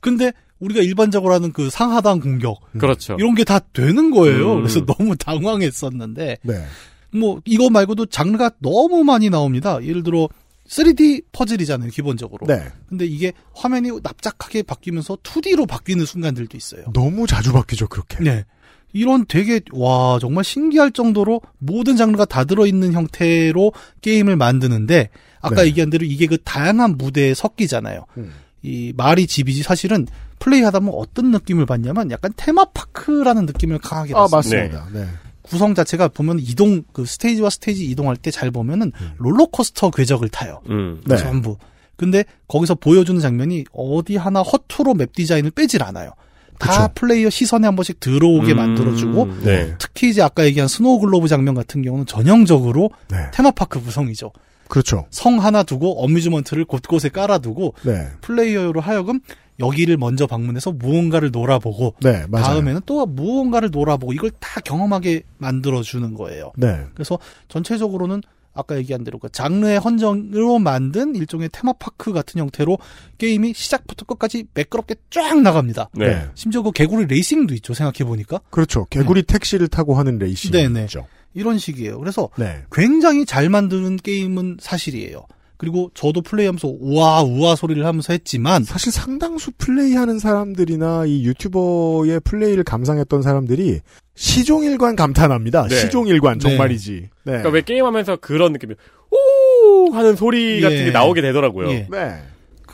S13: 근데 우리가 일반적으로 하는 그 상하단 공격
S4: 그렇죠.
S13: 이런 게 다 되는 거예요.
S4: 음.
S13: 그래서 너무 당황했었는데
S3: 네.
S13: 뭐 이거 말고도 장르가 너무 많이 나옵니다. 예를 들어 3D 퍼즐이잖아요, 기본적으로.
S3: 네.
S13: 근데 이게 화면이 납작하게 바뀌면서 2D로 바뀌는 순간들도 있어요.
S3: 너무 자주 바뀌죠 그렇게.
S13: 네. 이런 되게 와 정말 신기할 정도로 모든 장르가 다 들어있는 형태로 게임을 만드는데 아까
S3: 네.
S13: 얘기한 대로 이게 그 다양한 무대에 섞이잖아요.
S3: 음.
S13: 이 말이 집이지 사실은 플레이하다 보면 어떤 느낌을 받냐면 약간 테마파크라는 느낌을 강하게
S3: 아
S13: 받습니다.
S3: 맞습니다. 네.
S13: 구성 자체가 보면 이동 그 스테이지와 스테이지 이동할 때 잘 보면은 롤러코스터 궤적을 타요.
S4: 음.
S3: 음. 네.
S13: 전부. 근데 거기서 보여주는 장면이 어디 하나 허투루 맵 디자인을 빼질 않아요. 다 플레이어 시선에 한 번씩 들어오게
S3: 음,
S13: 만들어주고
S3: 네.
S13: 특히 이제 아까 얘기한 스노우 글로브 장면 같은 경우는 전형적으로 테마파크 구성이죠.
S3: 네. 그렇죠.
S13: 성 하나 두고 어뮤즈먼트를 곳곳에 깔아두고
S3: 네.
S13: 플레이어로 하여금 여기를 먼저 방문해서 무언가를 놀아보고
S3: 네, 맞아요.
S13: 다음에는 또 무언가를 놀아보고 이걸 다 경험하게 만들어주는 거예요.
S3: 네.
S13: 그래서 전체적으로는 아까 얘기한 대로 그 장르의 헌정으로 만든 일종의 테마파크 같은 형태로 게임이 시작부터 끝까지 매끄럽게 쫙 나갑니다.
S3: 네.
S13: 심지어 그 개구리 레이싱도 있죠. 생각해 보니까
S3: 그렇죠. 개구리 택시를 타고 하는 레이싱.
S13: 네. 네네.
S3: 있죠.
S13: 이런 식이에요. 그래서
S3: 네.
S13: 굉장히 잘 만드는 게임은 사실이에요. 그리고 저도 플레이하면서 우와 우와 소리를 하면서 했지만
S3: 사실 상당수 플레이하는 사람들이나 이 유튜버의 플레이를 감상했던 사람들이 시종일관 감탄합니다.
S4: 네.
S3: 시종일관
S4: 네.
S3: 정말이지. 네.
S4: 그러니까 왜 게임하면서 그런 느낌이 오 하는 소리 같은
S13: 예. 예.
S4: 게 나오게 되더라고요.
S13: 예.
S3: 네.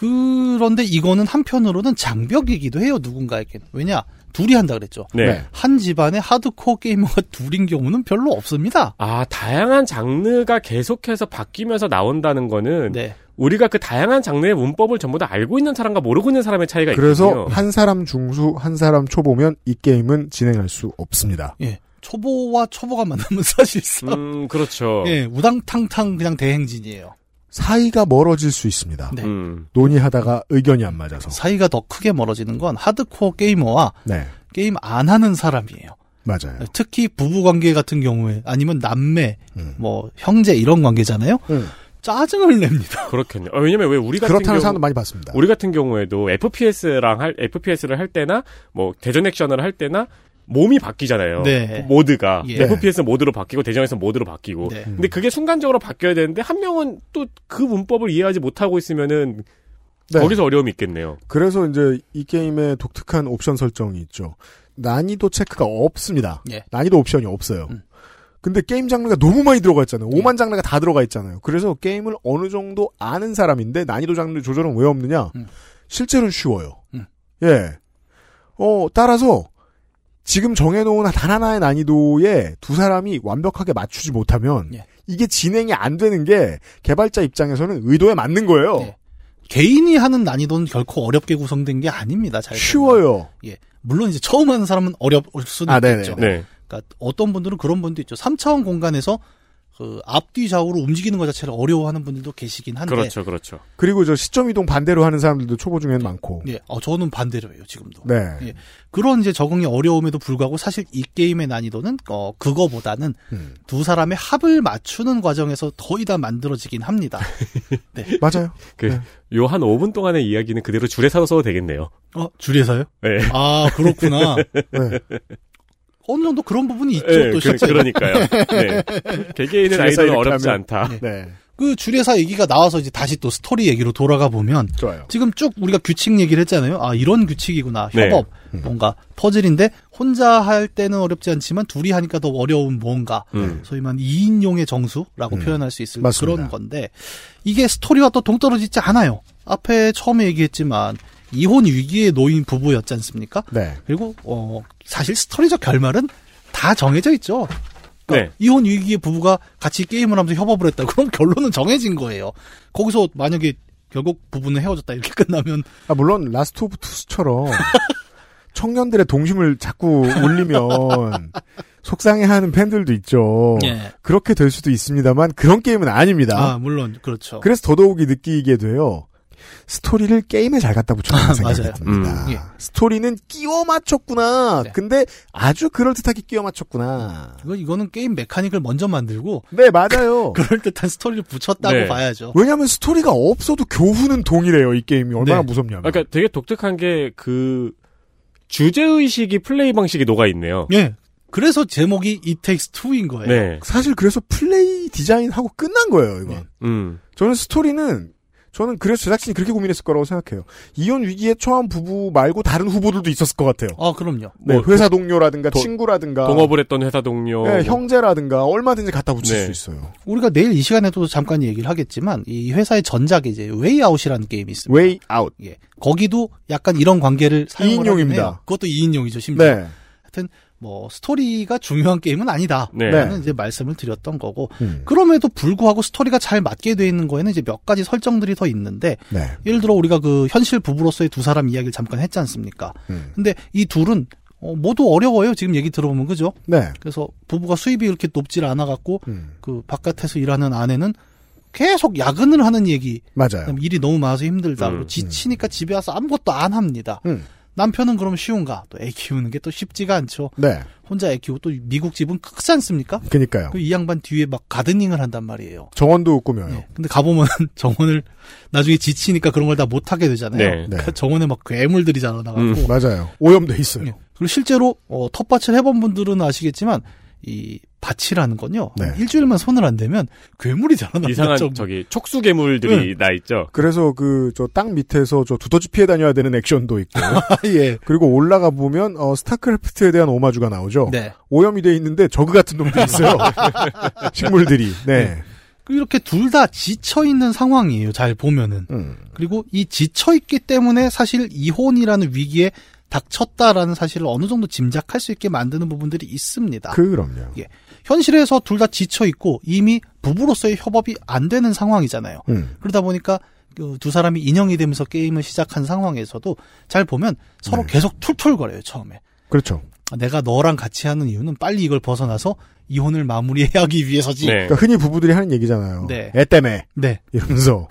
S13: 그런데 이거는 한편으로는 장벽이기도 해요. 누군가에겐 왜냐 둘이 한다 그랬죠.
S4: 네.
S13: 한 집안에 하드코어 게이머가 [laughs] 둘인 경우는 별로 없습니다.
S4: 아 다양한 장르가 계속해서 바뀌면서 나온다는 거는
S13: 네.
S4: 우리가 그 다양한 장르의 문법을 전부 다 알고 있는 사람과 모르고 있는 사람의 네. 차이가
S3: 그래서
S4: 있거든요.
S3: 한 사람 중수, 한 사람 초보면 이 게임은 진행할 수 없습니다.
S13: 예. 초보와 초보가 만나면 [laughs] 사실상
S4: 음 그렇죠.
S13: 예 우당탕탕 그냥 대행진이에요.
S3: 사이가 멀어질 수 있습니다.
S13: 네.
S4: 음,
S3: 논의하다가 의견이 안 맞아서.
S13: 사이가 더 크게 멀어지는 건 하드코어 게이머와
S3: 네.
S13: 게임 안 하는 사람이에요.
S3: 맞아요.
S13: 특히 부부 관계 같은 경우에 아니면 남매,
S4: 음.
S13: 뭐 형제 이런 관계잖아요. 짜증을 냅니다.
S4: 그렇겠네요. 어, 왜냐면 왜 우리 같은
S3: 그렇다는
S4: 경우
S3: 사람도 많이 봤습니다.
S4: 우리 같은 경우에도 FPS랑 할 FPS를 할 때나 뭐 대전 액션을 할 때나 몸이 바뀌잖아요.
S3: 네.
S4: 모드가
S3: 예.
S4: FPS 모드로 바뀌고 대전에서 모드로 바뀌고.
S13: 네.
S4: 근데 그게 순간적으로 바뀌어야 되는데 한 명은 또 그 문법을 이해하지 못하고 있으면은
S3: 네.
S4: 거기서 어려움이 있겠네요.
S3: 그래서 이제 이 게임의 독특한 옵션 설정이 있죠. 난이도 체크가 없습니다.
S13: 예. 음.
S3: 난이도 옵션이 없어요. 근데 게임 장르가 너무 많이 들어가 있잖아요.
S13: 예.
S3: 오만 장르가 다 들어가 있잖아요. 그래서 게임을 어느 정도 아는 사람인데 난이도 장르 조절은 왜 없느냐? 실제로는 쉬워요.
S13: 음.
S3: 예. 어, 따라서 지금 정해놓은 단 하나의 난이도에 두 사람이 완벽하게 맞추지 못하면
S13: 예.
S3: 이게 진행이 안 되는 게 개발자 입장에서는 의도에 맞는 거예요.
S13: 네, 개인이 하는 난이도는 결코 어렵게 구성된 게 아닙니다. 잘 보면.
S3: 쉬워요.
S13: 예. 물론 이제 처음 하는 사람은 어려울 수는
S3: 아, 네네.
S13: 있겠죠.
S3: 네.
S13: 그러니까 어떤 분들은 그런 분도 있죠. 3차원 공간에서 그 앞뒤 좌우로 움직이는 것 자체를 어려워하는 분들도 계시긴 한데
S4: 그렇죠, 그렇죠.
S3: 그리고 저 시점 이동 반대로 하는 사람들도 초보 중에는 많고.
S13: 예, 어, 저는 반대로 해요 지금도.
S3: 네.
S13: 예, 그런 이제 적응이 어려움에도 불구하고 사실 이 게임의 난이도는 어 그거보다는
S4: 음.
S13: 두 사람의 합을 맞추는 과정에서 거의 다 만들어지긴 합니다. 네.
S3: 맞아요.
S4: 그, 요 한 5분 동안의 이야기는 그대로 줄에 서서 써도 되겠네요.
S13: 어, 줄에서요?
S4: 네.
S13: 아
S4: [laughs]
S13: 그렇구나. 어느 정도 그런 부분이 있죠.
S4: 네,
S13: 또
S4: 그-
S13: 실제로.
S4: 그러니까요. 네.
S13: [laughs]
S4: 개개인은
S13: 줄에서
S4: 아이디어는
S13: 이렇게
S4: 어렵지
S13: 하면-
S4: 않다.
S13: 예.
S3: 네.
S13: 그 줄에서 얘기가 나와서 이제 다시 또 스토리 얘기로 돌아가 보면 지금 쭉 우리가 규칙 얘기를 했잖아요. 아 이런 규칙이구나
S16: 네.
S13: 협업 뭔가 퍼즐인데 혼자 할 때는 어렵지 않지만 둘이 하니까 더 어려운 뭔가
S16: 음.
S13: 소위 말하는 2인용의 정수라고
S16: 음.
S13: 표현할 수 있을
S16: 맞습니다.
S13: 그런 건데 이게 스토리와 또 동떨어지지 않아요. 앞에 처음에 얘기했지만 이혼 위기에 놓인 부부였지 않습니까?
S3: 네.
S13: 그리고 어 사실 스토리적 결말은 다 정해져 있죠.
S4: 네.
S13: 이혼 위기의 부부가 같이 게임을 하면서 협업을 했다. 그럼 결론은 정해진 거예요. 거기서 만약에 결국 부부는 헤어졌다 이렇게 [laughs] 끝나면
S3: 아 물론 라스트 오브 투스처럼 [laughs] 청년들의 동심을 자꾸
S13: [laughs]
S3: 울리면 속상해하는 팬들도 있죠.
S13: 예.
S3: 그렇게 될 수도 있습니다만 그런 게임은 아닙니다.
S13: 아 물론 그렇죠.
S3: 그래서 더더욱이 느끼게 돼요. 스토리를 게임에 잘 갖다 붙였다는 생각이
S13: 맞아요.
S3: 듭니다.
S13: 음. 예. 네.
S3: 스토리는 끼워 맞췄구나. 근데 아주 그럴듯하게 끼워 맞췄구나.
S13: 이거 이거는 게임 메카닉을 먼저 만들고 [laughs]
S3: 네 [laughs] 맞아요.
S13: 그럴 듯한 스토리를 붙였다고
S4: 네.
S13: 봐야죠.
S3: 왜냐하면 스토리가 없어도 교훈은 동일해요. 이 게임이 얼마나
S4: 네.
S3: 무섭냐면.
S4: 그러니까 되게 독특한 게 그 주제 의식이 플레이 방식이 녹아 있네요.
S13: 예. 그래서 제목이 It Takes Two인 거예요.
S4: 네.
S3: 사실 그래서 플레이 디자인하고 끝난 거예요. 이건.
S4: 음.
S3: 저는 스토리는 저는 그래서 제작진이 그렇게 고민했을 거라고 생각해요. 이혼 위기에 처한 부부 말고 다른 후보들도 있었을 것 같아요.
S13: 아 그럼요.
S3: 네,
S4: 뭐
S3: 회사 동료라든가
S4: 도-
S3: 친구라든가
S4: 동업을 했던 회사 동료.
S3: 네,
S4: 뭐.
S3: 형제라든가 얼마든지 갖다 붙일
S4: 네.
S3: 수 있어요.
S13: 우리가 내일 이 시간에도 잠깐 얘기를 하겠지만 이 회사의 전작이 이제 웨이아웃이라는 게임이 있습니다.
S3: 웨이아웃.
S13: 예. 거기도 약간 이런 관계를 사용을 하긴
S3: 이인용입니다.
S13: 해요. 그것도 2인용이죠, 심지어.
S3: 네.
S13: 하여튼 뭐 스토리가 중요한 게임은 아니다.
S3: 네. 음.
S13: 라는 이제 말씀을 드렸던 거고. 그럼에도 불구하고 스토리가 잘 맞게 돼 있는 거에는 이제 몇 가지 설정들이 더 있는데
S3: 네.
S13: 예를 들어 우리가 그 현실 부부로서의 두 사람 이야기를 잠깐 했지 않습니까?
S3: 음.
S13: 근데 이 둘은 어, 모두 어려워요. 지금 얘기 들어보면 그죠?
S3: 네.
S13: 그래서 부부가 수입이 이렇게 높질 않아 갖고
S3: 음.
S13: 그 바깥에서 일하는 아내는 계속 야근을 하는 얘기.
S4: 네.
S3: 맞아요.
S13: 그다음에 일이 너무 많아서 힘들다.
S3: 음,
S13: 그리고 지치니까 집에 와서 아무것도 안 합니다.
S3: 음.
S13: 남편은 그럼 쉬운가? 또 애 키우는 게 또 쉽지가 않죠.
S3: 네.
S13: 혼자 애 키우고 또 미국 집은 크지 않습니까?
S3: 그니까요.
S13: 그 이 양반 뒤에 막 가드닝을 한단 말이에요.
S3: 정원도 꾸며요.
S13: 근데 가보면 [laughs] 정원을 나중에 지치니까 그런 걸 다 못하게 되잖아요.
S3: 네.
S13: 그러니까
S3: 네.
S13: 정원에 막 괴물들이 자라나가고
S3: 음, 맞아요. 오염돼 있어요.
S4: 음.
S13: 그리고 실제로 어, 텃밭을 해본 분들은 아시겠지만 이 밭이라는 건요 일주일만 손을 안 대면 괴물이 자라나요.
S4: 네. 이상한 저기 촉수 괴물들이
S3: 음.
S4: 나 있죠.
S3: 그래서 그 저 땅 밑에서 저 두더지 피해 다녀야 되는 액션도
S13: [laughs]
S3: 있고.
S13: 예.
S3: 그리고 올라가 보면 어 스타크래프트에 대한 오마주가 나오죠.
S13: 네.
S3: 오염이 돼 있는데 저그 같은 놈도
S13: [laughs]
S3: 있어요. 식물들이. 네.
S13: 이렇게 둘 다 지쳐 있는 상황이에요. 잘 보면은.
S3: 음.
S13: 그리고 이 지쳐 있기 때문에 사실 이혼이라는 위기에 닥쳤다라는 사실을 어느 정도 짐작할 수 있게 만드는 부분들이 있습니다.
S3: 그럼요.
S13: 예. 현실에서 둘 다 지쳐 있고 이미 부부로서의 협업이 안 되는 상황이잖아요.
S3: 음.
S13: 그러다 보니까 그두 사람이 인형이 되면서 게임을 시작한 상황에서도 잘 보면 서로
S3: 음.
S13: 계속 툴툴거려요 처음에.
S3: 그렇죠.
S13: 아, 내가 너랑 같이 하는 이유는 빨리 이걸 벗어나서 이혼을 마무리하기 위해서지.
S4: 네.
S3: 그러니까 흔히 부부들이 하는 얘기잖아요.
S13: 네.
S3: 애 때문에.
S13: 네.
S3: 이러면서.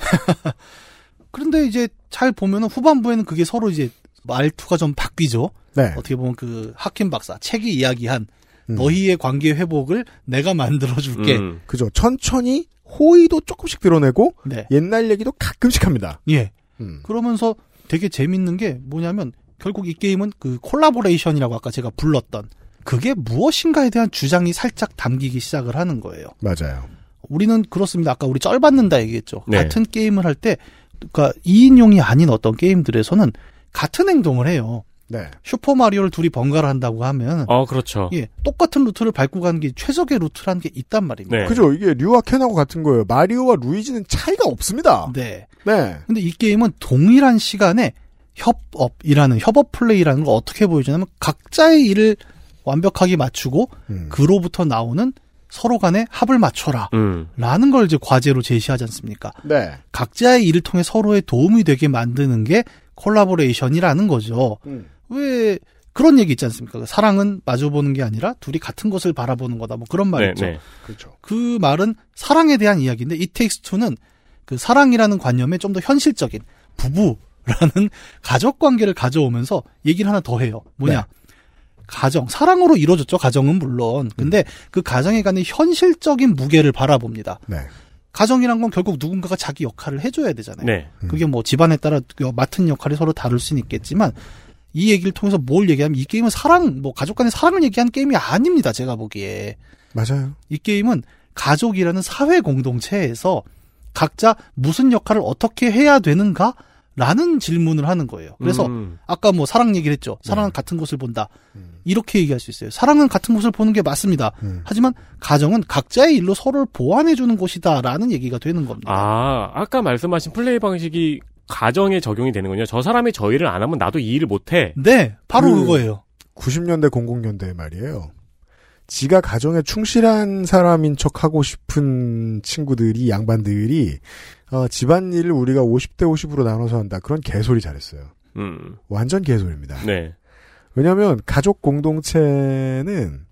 S13: 그런데 이제 잘 보면은 후반부에는 그게 서로 이제 말투가 좀 바뀌죠.
S3: 네.
S13: 어떻게 보면 그 하킴 박사 책이 이야기한 너희의 관계 회복을 내가
S4: 음.
S13: 만들어줄게.
S3: 그죠. 천천히 호의도 조금씩 드러내고
S13: 네.
S3: 옛날 얘기도 가끔씩 합니다. 음.
S13: 예. 그러면서 되게 재밌는 게 뭐냐면 결국 이 게임은 그 콜라보레이션이라고 아까 제가 불렀던 그게 무엇인가에 대한 주장이 살짝 담기기 시작을 하는 거예요.
S3: 맞아요.
S13: 우리는 그렇습니다. 아까 우리 쩔받는다 얘기했죠.
S3: 네.
S13: 같은 게임을 할 때, 그러니까 2인용이 아닌 어떤 게임들에서는 같은 행동을 해요.
S3: 네.
S13: 슈퍼 마리오를 둘이 번갈아 한다고 하면,
S4: 어, 그렇죠.
S13: 예, 똑같은 루트를 밟고 가는 게 최적의 루트라는 게 있단
S4: 네.
S13: 말입니다.
S3: 그죠. 이게 류와 켄하고 같은 거예요. 마리오와 루이지는 차이가 없습니다.
S13: 네.
S3: 네.
S13: 근데 이 게임은 동일한 시간에 협업이라는 협업 플레이라는 걸 어떻게 보여주냐면 각자의 일을 완벽하게 맞추고 그로부터 나오는 서로 간의 합을 맞춰라.
S4: 음.
S13: 라는 걸 이제 과제로 제시하지 않습니까?
S3: 네.
S13: 각자의 일을 통해 서로의 도움이 되게 만드는 게 콜라보레이션이라는 거죠. 왜 그런 얘기 있지 않습니까? 사랑은 마주보는 게 아니라 둘이 같은 것을 바라보는 거다. 뭐 그런 말
S4: 네,
S13: 있죠.
S4: 네.
S3: 그렇죠.
S13: 그 말은 사랑에 대한 이야기인데 이 텍스 투는그 사랑이라는 관념에 좀 더 현실적인 부부라는 [laughs] 가족 관계를 가져오면서 얘기를 하나 더 해요. 뭐냐?
S4: 네.
S13: 가정 사랑으로 이루어졌죠. 가정은 물론. 근데 그 가정에 관한 현실적인 무게를 바라봅니다.
S3: 네.
S13: 가정이란 건 결국 누군가가 자기 역할을 해줘야 되잖아요.
S4: 네.
S13: 그게 뭐 집안에 따라 여- 맡은 역할이 서로 다를 수는 있겠지만 이 얘기를 통해서 뭘 얘기하면 이 게임은 사랑 뭐 가족 간의 사랑을 얘기한 게임이 아닙니다 제가 보기에
S3: 맞아요
S13: 이 게임은 가족이라는 사회 공동체에서 각자 무슨 역할을 어떻게 해야 되는가 라는 질문을 하는 거예요 그래서
S16: 음.
S13: 아까 뭐 사랑 얘기를 했죠 사랑은 같은 곳을 본다 이렇게 얘기할 수 있어요 사랑은 같은 곳을 보는 게 맞습니다 하지만 가정은 각자의 일로 서로를 보완해 주는 곳이다 라는 얘기가 되는 겁니다
S4: 아, 아까 말씀하신 플레이 방식이 가정에 적용이 되는군요. 저 사람이 저 일을 안 하면 나도 이 일을 못 해.
S13: 네, 바로 그, 거예요
S3: 90년대 00년대 말이에요. 지가 가정에 충실한 사람인 척 하고 싶은 친구들이 양반들이 어, 집안일을 우리가 50대 50으로 나눠서 한다. 그런 개소리 잘했어요.
S4: 음.
S3: 완전 개소리입니다.
S4: 네.
S3: 왜냐하면 가족 공동체는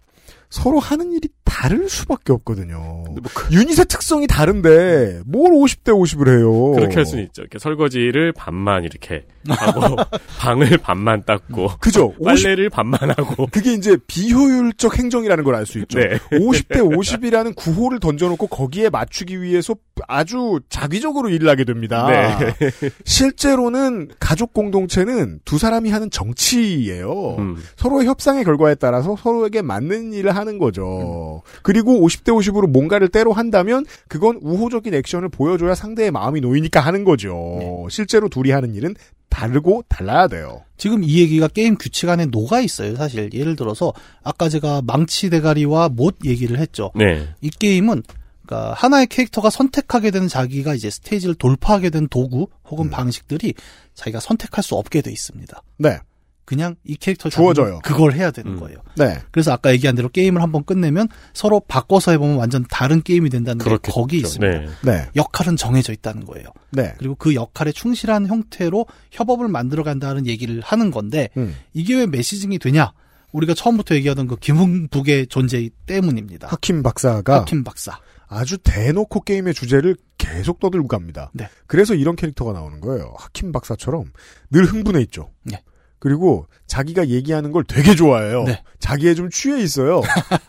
S3: 서로 하는 일이 다를 수밖에 없거든요.
S4: 뭐그
S3: 유닛의 특성이 다른데 뭘 50대 50을 해요.
S4: 그렇게 할 수는 있죠. 이렇게 설거지를 반만 이렇게 하고 방을 반만 닦고
S3: 그죠.
S4: 빨래를 반만 하고
S3: 그게 이제 비효율적 행정이라는 걸 알 수 있죠.
S4: 네. [laughs]
S3: 50대 50이라는 구호를 던져놓고 거기에 맞추기 위해서 아주 자기적으로 일을 하게 됩니다.
S4: 네.
S3: [laughs] 실제로는 가족 공동체는 두 사람이 하는 정치예요.
S4: 음.
S3: 서로의 협상의 결과에 따라서 서로에게 맞는 일을 하는 거죠. 그리고 50대 50으로 뭔가를 때로 한다면 그건 우호적인 액션을 보여줘야 상대의 마음이 놓이니까 하는 거죠.
S4: 네.
S3: 실제로 둘이 하는 일은 다르고 달라야 돼요.
S13: 지금 이 얘기가 게임 규칙 안에 녹아 있어요, 사실. 예를 들어서, 아까 제가 망치 대가리와 못 얘기를 했죠.
S4: 네.
S13: 이 게임은, 그러니까 하나의 캐릭터가 선택하게 되는 자기가 이제 스테이지를 돌파하게 된 도구 혹은 방식들이 자기가 선택할 수 없게 돼 있습니다.
S3: 네.
S13: 그냥 이 캐릭터
S3: 주어져요.
S13: 그걸 해야 되는 거예요.
S3: 네.
S13: 그래서 아까 얘기한 대로 게임을 한번 끝내면 서로 바꿔서 해보면 완전 다른 게임이 된다는 게 거기 있습니다.
S3: 네.
S13: 역할은 정해져 있다는 거예요.
S3: 네.
S13: 그리고 그 역할에 충실한 형태로 협업을 만들어 간다는 얘기를 하는 건데 이게 왜 메시징이 되냐? 우리가 처음부터 얘기하던 그 김흥북의 존재 때문입니다.
S3: 하킴 박사가
S13: 하킴 박사.
S3: 아주 대놓고 게임의 주제를 계속 떠들고 갑니다.
S13: 네.
S3: 그래서 이런 캐릭터가 나오는 거예요. 하킴 박사처럼 늘 흥분해 있죠.
S13: 네.
S3: 그리고 자기가 얘기하는 걸 되게 좋아해요. 자기에 좀 취해
S13: [laughs]
S3: 있어요.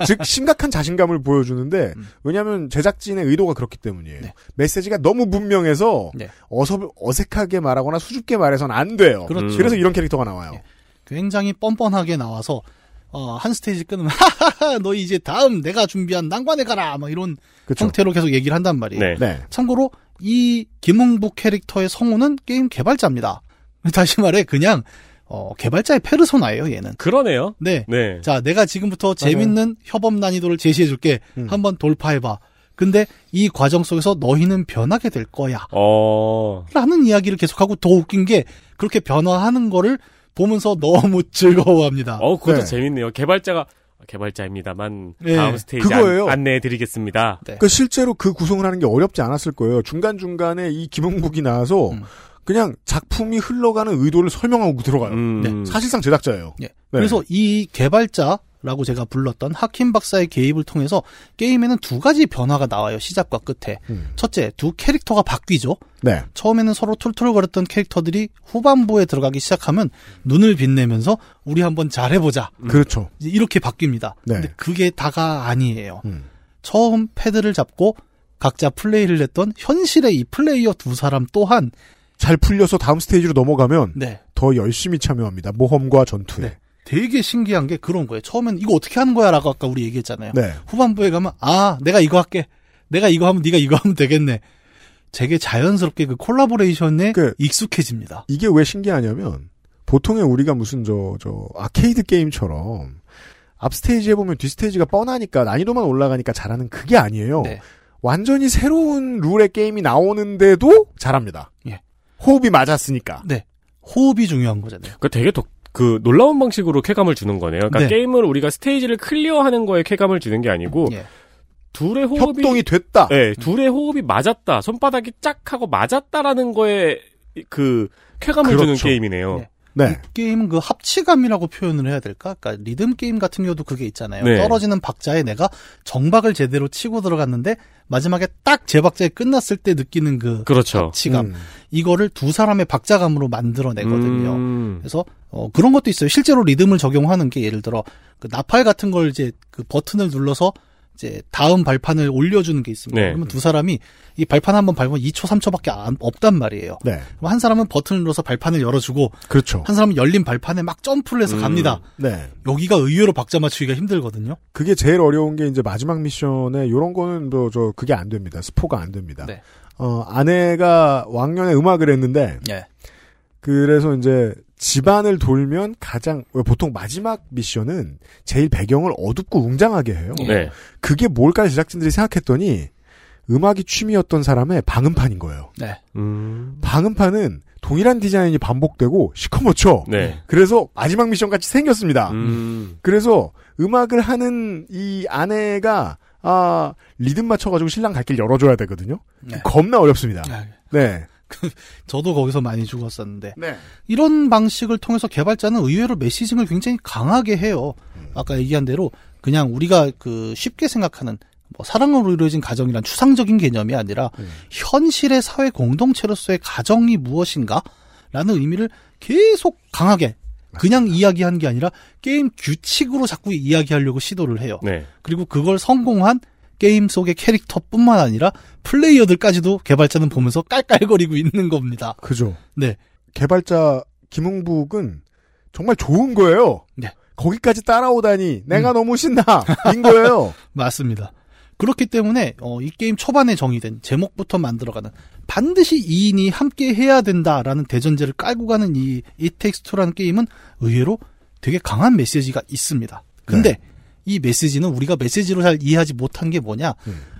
S3: 즉 심각한 자신감을 보여주는데
S13: 음.
S3: 왜냐하면 제작진의 의도가 그렇기 때문이에요.
S13: 네.
S3: 메시지가 너무 분명해서 어섭, 어색하게 말하거나 수줍게 말해서는 안 돼요.
S13: 그렇죠.
S3: 래서 이런 캐릭터가 나와요.
S13: 굉장히 뻔뻔하게 나와서 어, 한 스테이지 끊으면 [laughs] 하하하 너 이제 다음 내가 준비한 난관에 가라 막 이런 형태로 계속 얘기를 한단 말이에요.
S4: 네. 네.
S13: 참고로 이 김흥북 캐릭터의 성우는 게임 개발자입니다. [laughs] 다시 말해 그냥 어, 개발자의 페르소나예요 얘는.
S4: 그러네요.
S13: 네.
S4: 네.
S13: 자, 내가 지금부터
S4: 맞아요. 음.
S13: 재밌는 협업 난이도를 제시해 줄게. 한번 돌파해 봐. 근데 이 과정 속에서 너희는 변하게 될 거야.
S4: 어.
S13: 라는 이야기를 계속하고 더 웃긴 게 그렇게 변화하는 거를 보면서 너무 [laughs] 즐거워합니다.
S4: 어, 그것도
S13: 네.
S4: 재밌네요. 개발자가 개발자입니다만
S13: 네,
S4: 다음 스테이지
S3: 그거예요.
S4: 안, 내해 드리겠습니다.
S3: 그 실제로 그 구성을 하는 게 어렵지 않았을 거예요. 중간 중간에 이 김홍국이 나와서 그냥 작품이 흘러가는 의도를 설명하고 들어가요.
S4: 네.
S3: 사실상 제작자예요.
S13: 예. 그래서 이 개발자라고 제가 불렀던 하킴 박사의 개입을 통해서 게임에는 두 가지 변화가 나와요. 시작과 끝에.
S4: 음.
S13: 첫째, 두 캐릭터가 바뀌죠.
S3: 네.
S13: 처음에는 서로 툴툴거렸던 캐릭터들이 후반부에 들어가기 시작하면 눈을 빛내면서 우리 한번 잘해보자.
S3: 그렇죠.
S13: 이제 이렇게 바뀝니다.
S3: 네.
S13: 근데 그게 다가 아니에요. 처음 패드를 잡고 각자 플레이를 했던 현실의 이 플레이어 두 사람 또한
S3: 잘 풀려서 다음 스테이지로 넘어가면
S13: 네.
S3: 더 열심히 참여합니다. 모험과 전투에.
S13: 되게 신기한 게 그런 거예요. 처음엔 이거 어떻게 하는 거야라고 아까 우리 얘기했잖아요.
S3: 네.
S13: 후반부에 가면 아 내가 이거 할게. 내가 이거 하면 네가 이거 하면 되겠네. 되게 자연스럽게 그 콜라보레이션에 익숙해집니다.
S3: 이게 왜 신기하냐면 보통에 우리가 무슨 저 저 아케이드 게임처럼 앞 스테이지에 보면 뒤 스테이지가 뻔하니까 난이도만 올라가니까 잘하는 그게 아니에요.
S4: 네.
S3: 완전히 새로운 룰의 게임이 나오는데도 잘합니다.
S13: 예.
S3: 호흡이 맞았으니까.
S13: 네. 호흡이 중요한 거잖아요.
S4: 그 되게 독, 그 놀라운 방식으로 쾌감을 주는 거네요. 그러니까
S3: 네.
S4: 게임을 우리가 스테이지를 클리어하는 거에 쾌감을 주는 게 아니고 둘의 호흡이
S3: 협동이 됐다.
S4: 네, 둘의 호흡이 맞았다. 손바닥이 짝 하고 맞았다라는 거에 그 쾌감을 주는
S3: 그렇죠.
S4: 게임이네요.
S3: 네.
S13: 이 게임은 그 합치감이라고 표현을 해야 될까? 그러니까 리듬 게임 같은 경우도 그게 있잖아요.
S3: 네.
S13: 떨어지는 박자에 내가 정박을 제대로 치고 들어갔는데 마지막에 딱 제 박자에 끝났을 때 느끼는 그
S4: 그렇죠.
S13: 합치감.
S4: 음.
S13: 이거를 두 사람의 박자감으로 만들어내거든요.
S4: 음.
S13: 그래서 어, 그런 것도 있어요. 실제로 리듬을 적용하는 게 예를 들어 그 나팔 같은 걸 이제 그 버튼을 눌러서 이제 다음 발판을 올려주는 게 있습니다.
S4: 네.
S13: 그러면 두 사람이 이 발판 한 번 밟으면 2초, 3초밖에 안, 없단 말이에요.
S3: 네.
S13: 그럼 한 사람은 버튼을 눌러서 발판을 열어주고
S3: 그렇죠.
S13: 한 사람은 열린 발판에 막 점프를 해서 갑니다.
S3: 네.
S13: 여기가 의외로 박자 맞추기가 힘들거든요.
S3: 그게 제일 어려운 게 이제 마지막 미션에 요런 거는 뭐 저 그게 안 됩니다. 스포가 안 됩니다.
S13: 네.
S3: 어, 아내가 왕년에 음악을 했는데
S13: 예.
S3: 그래서 이제 집안을 돌면 가장 왜 보통 마지막 미션은 제일 배경을 어둡고 웅장하게 해요.
S4: 네.
S3: 그게 뭘까 제작진들이 생각했더니 음악이 취미였던 사람의 방음판인 거예요.
S13: 네.
S4: 음.
S3: 방음판은 동일한 디자인이 반복되고 시커멓죠.
S4: 네.
S3: 그래서 마지막 미션 같이
S13: 아.
S3: 생겼습니다.
S4: 음.
S3: 그래서 음악을 하는 이 아내가 아 리듬 맞춰가지고 신랑 갈 길 열어줘야 되거든요. 겁나 어렵습니다. 네.
S13: 저도 거기서 많이 죽었었는데 이런 방식을 통해서 개발자는 의외로 메시징을 굉장히 강하게 해요. 아까 얘기한 대로 그냥 우리가 그 쉽게 생각하는 뭐 사랑으로 이루어진 가정이란 추상적인 개념이 아니라 현실의 사회 공동체로서의 가정이 무엇인가라는 의미를 계속 강하게 그냥 이야기한 게 아니라 게임 규칙으로 자꾸 이야기하려고 시도를 해요.
S4: 네.
S13: 그리고 그걸 성공한 게임 속의 캐릭터뿐만 아니라 플레이어들까지도 개발자는 보면서 깔깔거리고 있는 겁니다.
S3: 그죠.
S13: 네.
S3: 개발자 김흥북은 정말 좋은 거예요.
S13: 네. 음.
S3: 거기까지 따라오다니 내가 너무 신나인
S13: [laughs]
S3: 거예요. 네.
S13: 맞습니다. 그렇기 때문에 어, 이 게임 초반에 정의된 제목부터 만들어가는 반드시 2인이 함께 해야 된다라는 대전제를 깔고 가는 이 이텍스투라는 게임은 의외로 되게 강한 메시지가 있습니다. 근데 이 메시지는 우리가 메시지로 잘 이해하지 못한 게 뭐냐?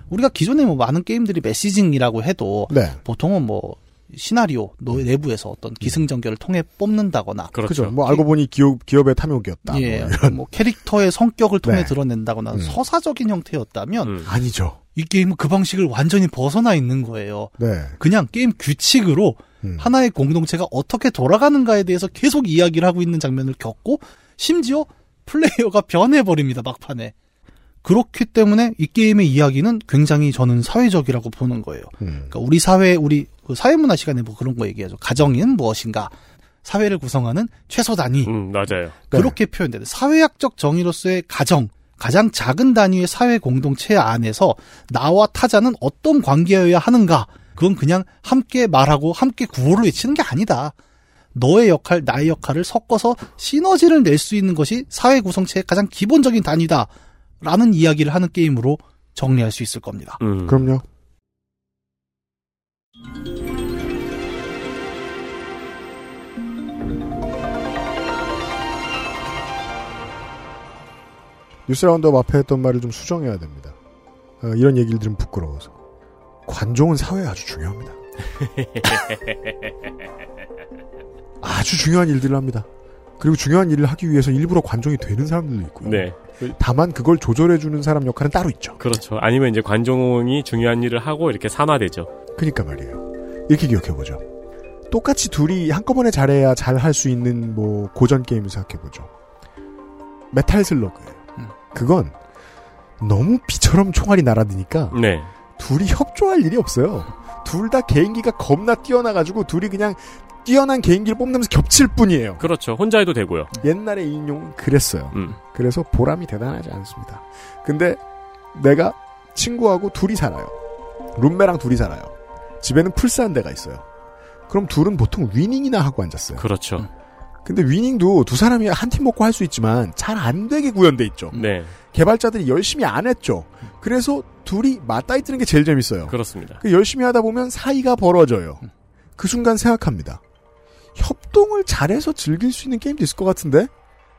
S13: 우리가 기존에 뭐 많은 게임들이 메시징이라고 해도
S3: 네.
S13: 보통은 뭐 시나리오 노- 내부에서 어떤 기승전결을 통해 뽑는다거나
S4: 그렇죠.
S3: 그죠. 뭐 알고 보니 기업 기업의 탐욕이었다.
S13: 그렇죠. 예,
S3: 뭐 이런.
S13: 뭐 캐릭터의 성격을 통해
S3: 네.
S13: 드러낸다거나
S3: 음.
S13: 서사적인 형태였다면
S4: 음.
S3: 아니죠.
S13: 이 게임은 그 방식을 완전히 벗어나 있는 거예요.
S3: 네. 음.
S13: 그냥 게임 규칙으로 하나의 공동체가 어떻게 돌아가는가에 대해서 계속 이야기를 하고 있는 장면을 겪고 심지어 플레이어가 변해버립니다 막판에. 그렇기 때문에 이 게임의 이야기는 굉장히 저는 사회적이라고 보는 거예요.
S3: 음.
S13: 그러니까 우리 사회, 우리 그 사회문화 시간에 뭐 그런 거 얘기하죠. 가정인 무엇인가, 사회를 구성하는 최소 단위,
S4: 음, 맞아요.
S13: 그렇게 표현되는 사회학적 정의로서의 가정, 가장 작은 단위의 사회 공동체 안에서 나와 타자는 어떤 관계여야 하는가? 그건 그냥 함께 말하고 함께 구호를 외치는 게 아니다. 너의 역할, 나의 역할을 섞어서 시너지를 낼 수 있는 것이 사회 구성체의 가장 기본적인 단위다. 라는 이야기를 하는 게임으로 정리할 수 있을 겁니다.
S4: 음.
S3: 그럼요. 뉴스라운드업 앞에 했던 말을 좀 수정해야 됩니다. 어, 이런 얘기를 들으면 부끄러워서. 관종은 사회에 아주 중요합니다. 아주 중요한 일들을 합니다. 그리고 중요한 일을 하기 위해서 일부러 관종이 되는 사람들도 있고요.
S4: 네.
S3: 다만 그걸 조절해주는 사람 역할은 따로 있죠.
S4: 그렇죠. 아니면 이제 관종이 중요한 일을 하고 이렇게 산화되죠.
S3: 그니까 말이에요. 이렇게 기억해보죠. 똑같이 둘이 한꺼번에 잘해야 잘 할 수 있는 뭐 고전 게임을 생각해보죠. 메탈 슬러그예요. 그건 너무 비처럼 총알이 날아드니까
S4: 네.
S3: 둘이 협조할 일이 없어요. 둘 다 개인기가 겁나 뛰어나가지고 둘이 그냥 뛰어난 개인기를 뽐내면서 겹칠 뿐이에요.
S4: 그렇죠. 혼자 해도 되고요.
S3: 옛날에 인용은 그랬어요.
S4: 음.
S3: 그래서 보람이 대단하지 않습니다. 근데 내가 친구하고 둘이 살아요. 룸메랑 둘이 살아요. 집에는 플스 한 대가 있어요. 그럼 둘은 보통 위닝이나 하고 앉았어요.
S4: 그렇죠.
S3: 근데 위닝도 두 사람이 한 팀 먹고 할 수 있지만 잘 안 되게 구현돼 있죠.
S13: 음.
S4: 네.
S3: 개발자들이 열심히 안 했죠. 그래서 둘이 맞다이 뜨는 게 제일 재밌어요.
S4: 그렇습니다.
S3: 그 열심히 하다 보면 사이가 벌어져요. 그 순간 생각합니다. 협동을 잘해서 즐길 수 있는 게임도 있을 것 같은데?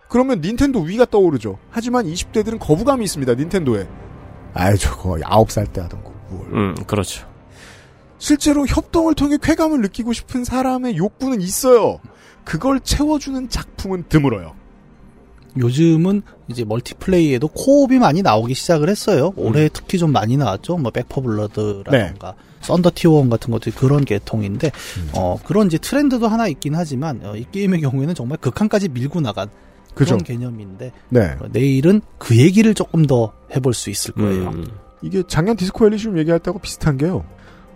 S3: 그러면 닌텐도 위가 떠오르죠. 하지만 20대들은 거부감이 있습니다, 닌텐도에. 아이, 저거 9살 때 하던 거.
S4: 음, 그렇죠.
S3: 실제로 협동을 통해 쾌감을 느끼고 싶은 사람의 욕구는 있어요. 그걸 채워주는 작품은 드물어요.
S13: 요즘은 이제 멀티플레이에도 코옵이 많이 나오기 시작을 했어요. 올해 특히 좀 많이 나왔죠. 뭐 백퍼블러드라던가 썬더 티원 같은 것들 그런 계통인데 어, 그런 이제 트렌드도 하나 있긴 하지만 어, 이 게임의 경우에는 정말 극한까지 밀고 나간
S3: 그죠.
S13: 그런 개념인데
S3: 네.
S13: 어, 내일은 그 얘기를 조금 더 해볼 수 있을
S4: 음.
S13: 거예요.
S3: 이게 작년 디스코 엘리시움 얘기할 때하고 비슷한 게요.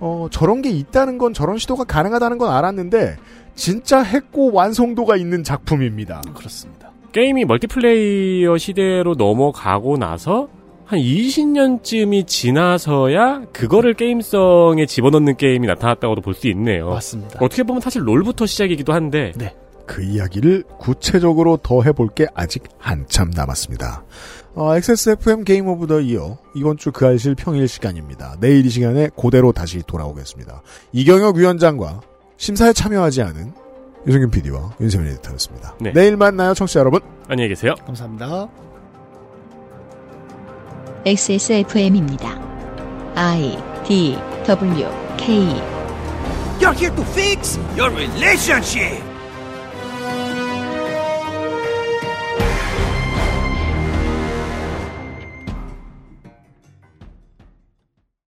S3: 어, 저런 게 있다는 건 저런 시도가 가능하다는 건 알았는데 진짜 했고 완성도가 있는 작품입니다.
S13: 그렇습니다.
S4: 게임이 멀티플레이어 시대로 넘어가고 나서 한 20년쯤이 지나서야 그거를 게임성에 집어넣는 게임이 나타났다고도 볼 수 있네요.
S13: 맞습니다.
S4: 어떻게 보면 사실 롤부터 시작이기도 한데
S3: 그 이야기를 구체적으로 더 해볼 게 아직 한참 남았습니다. 어, XSFM 게임 오브 더 이어 이번 주 그 알실 평일 시간입니다. 내일 이 시간에 그대로 다시 돌아오겠습니다. 이경혁 위원장과 심사에 참여하지 않은 유승균 PD와 윤세민 에디터였습니다.
S4: 네.
S3: 내일 만나요, 청취자 여러분.
S4: 안녕히 계세요.
S13: 감사합니다.
S1: XSFM입니다. I D W K
S2: You're here to fix your relationship.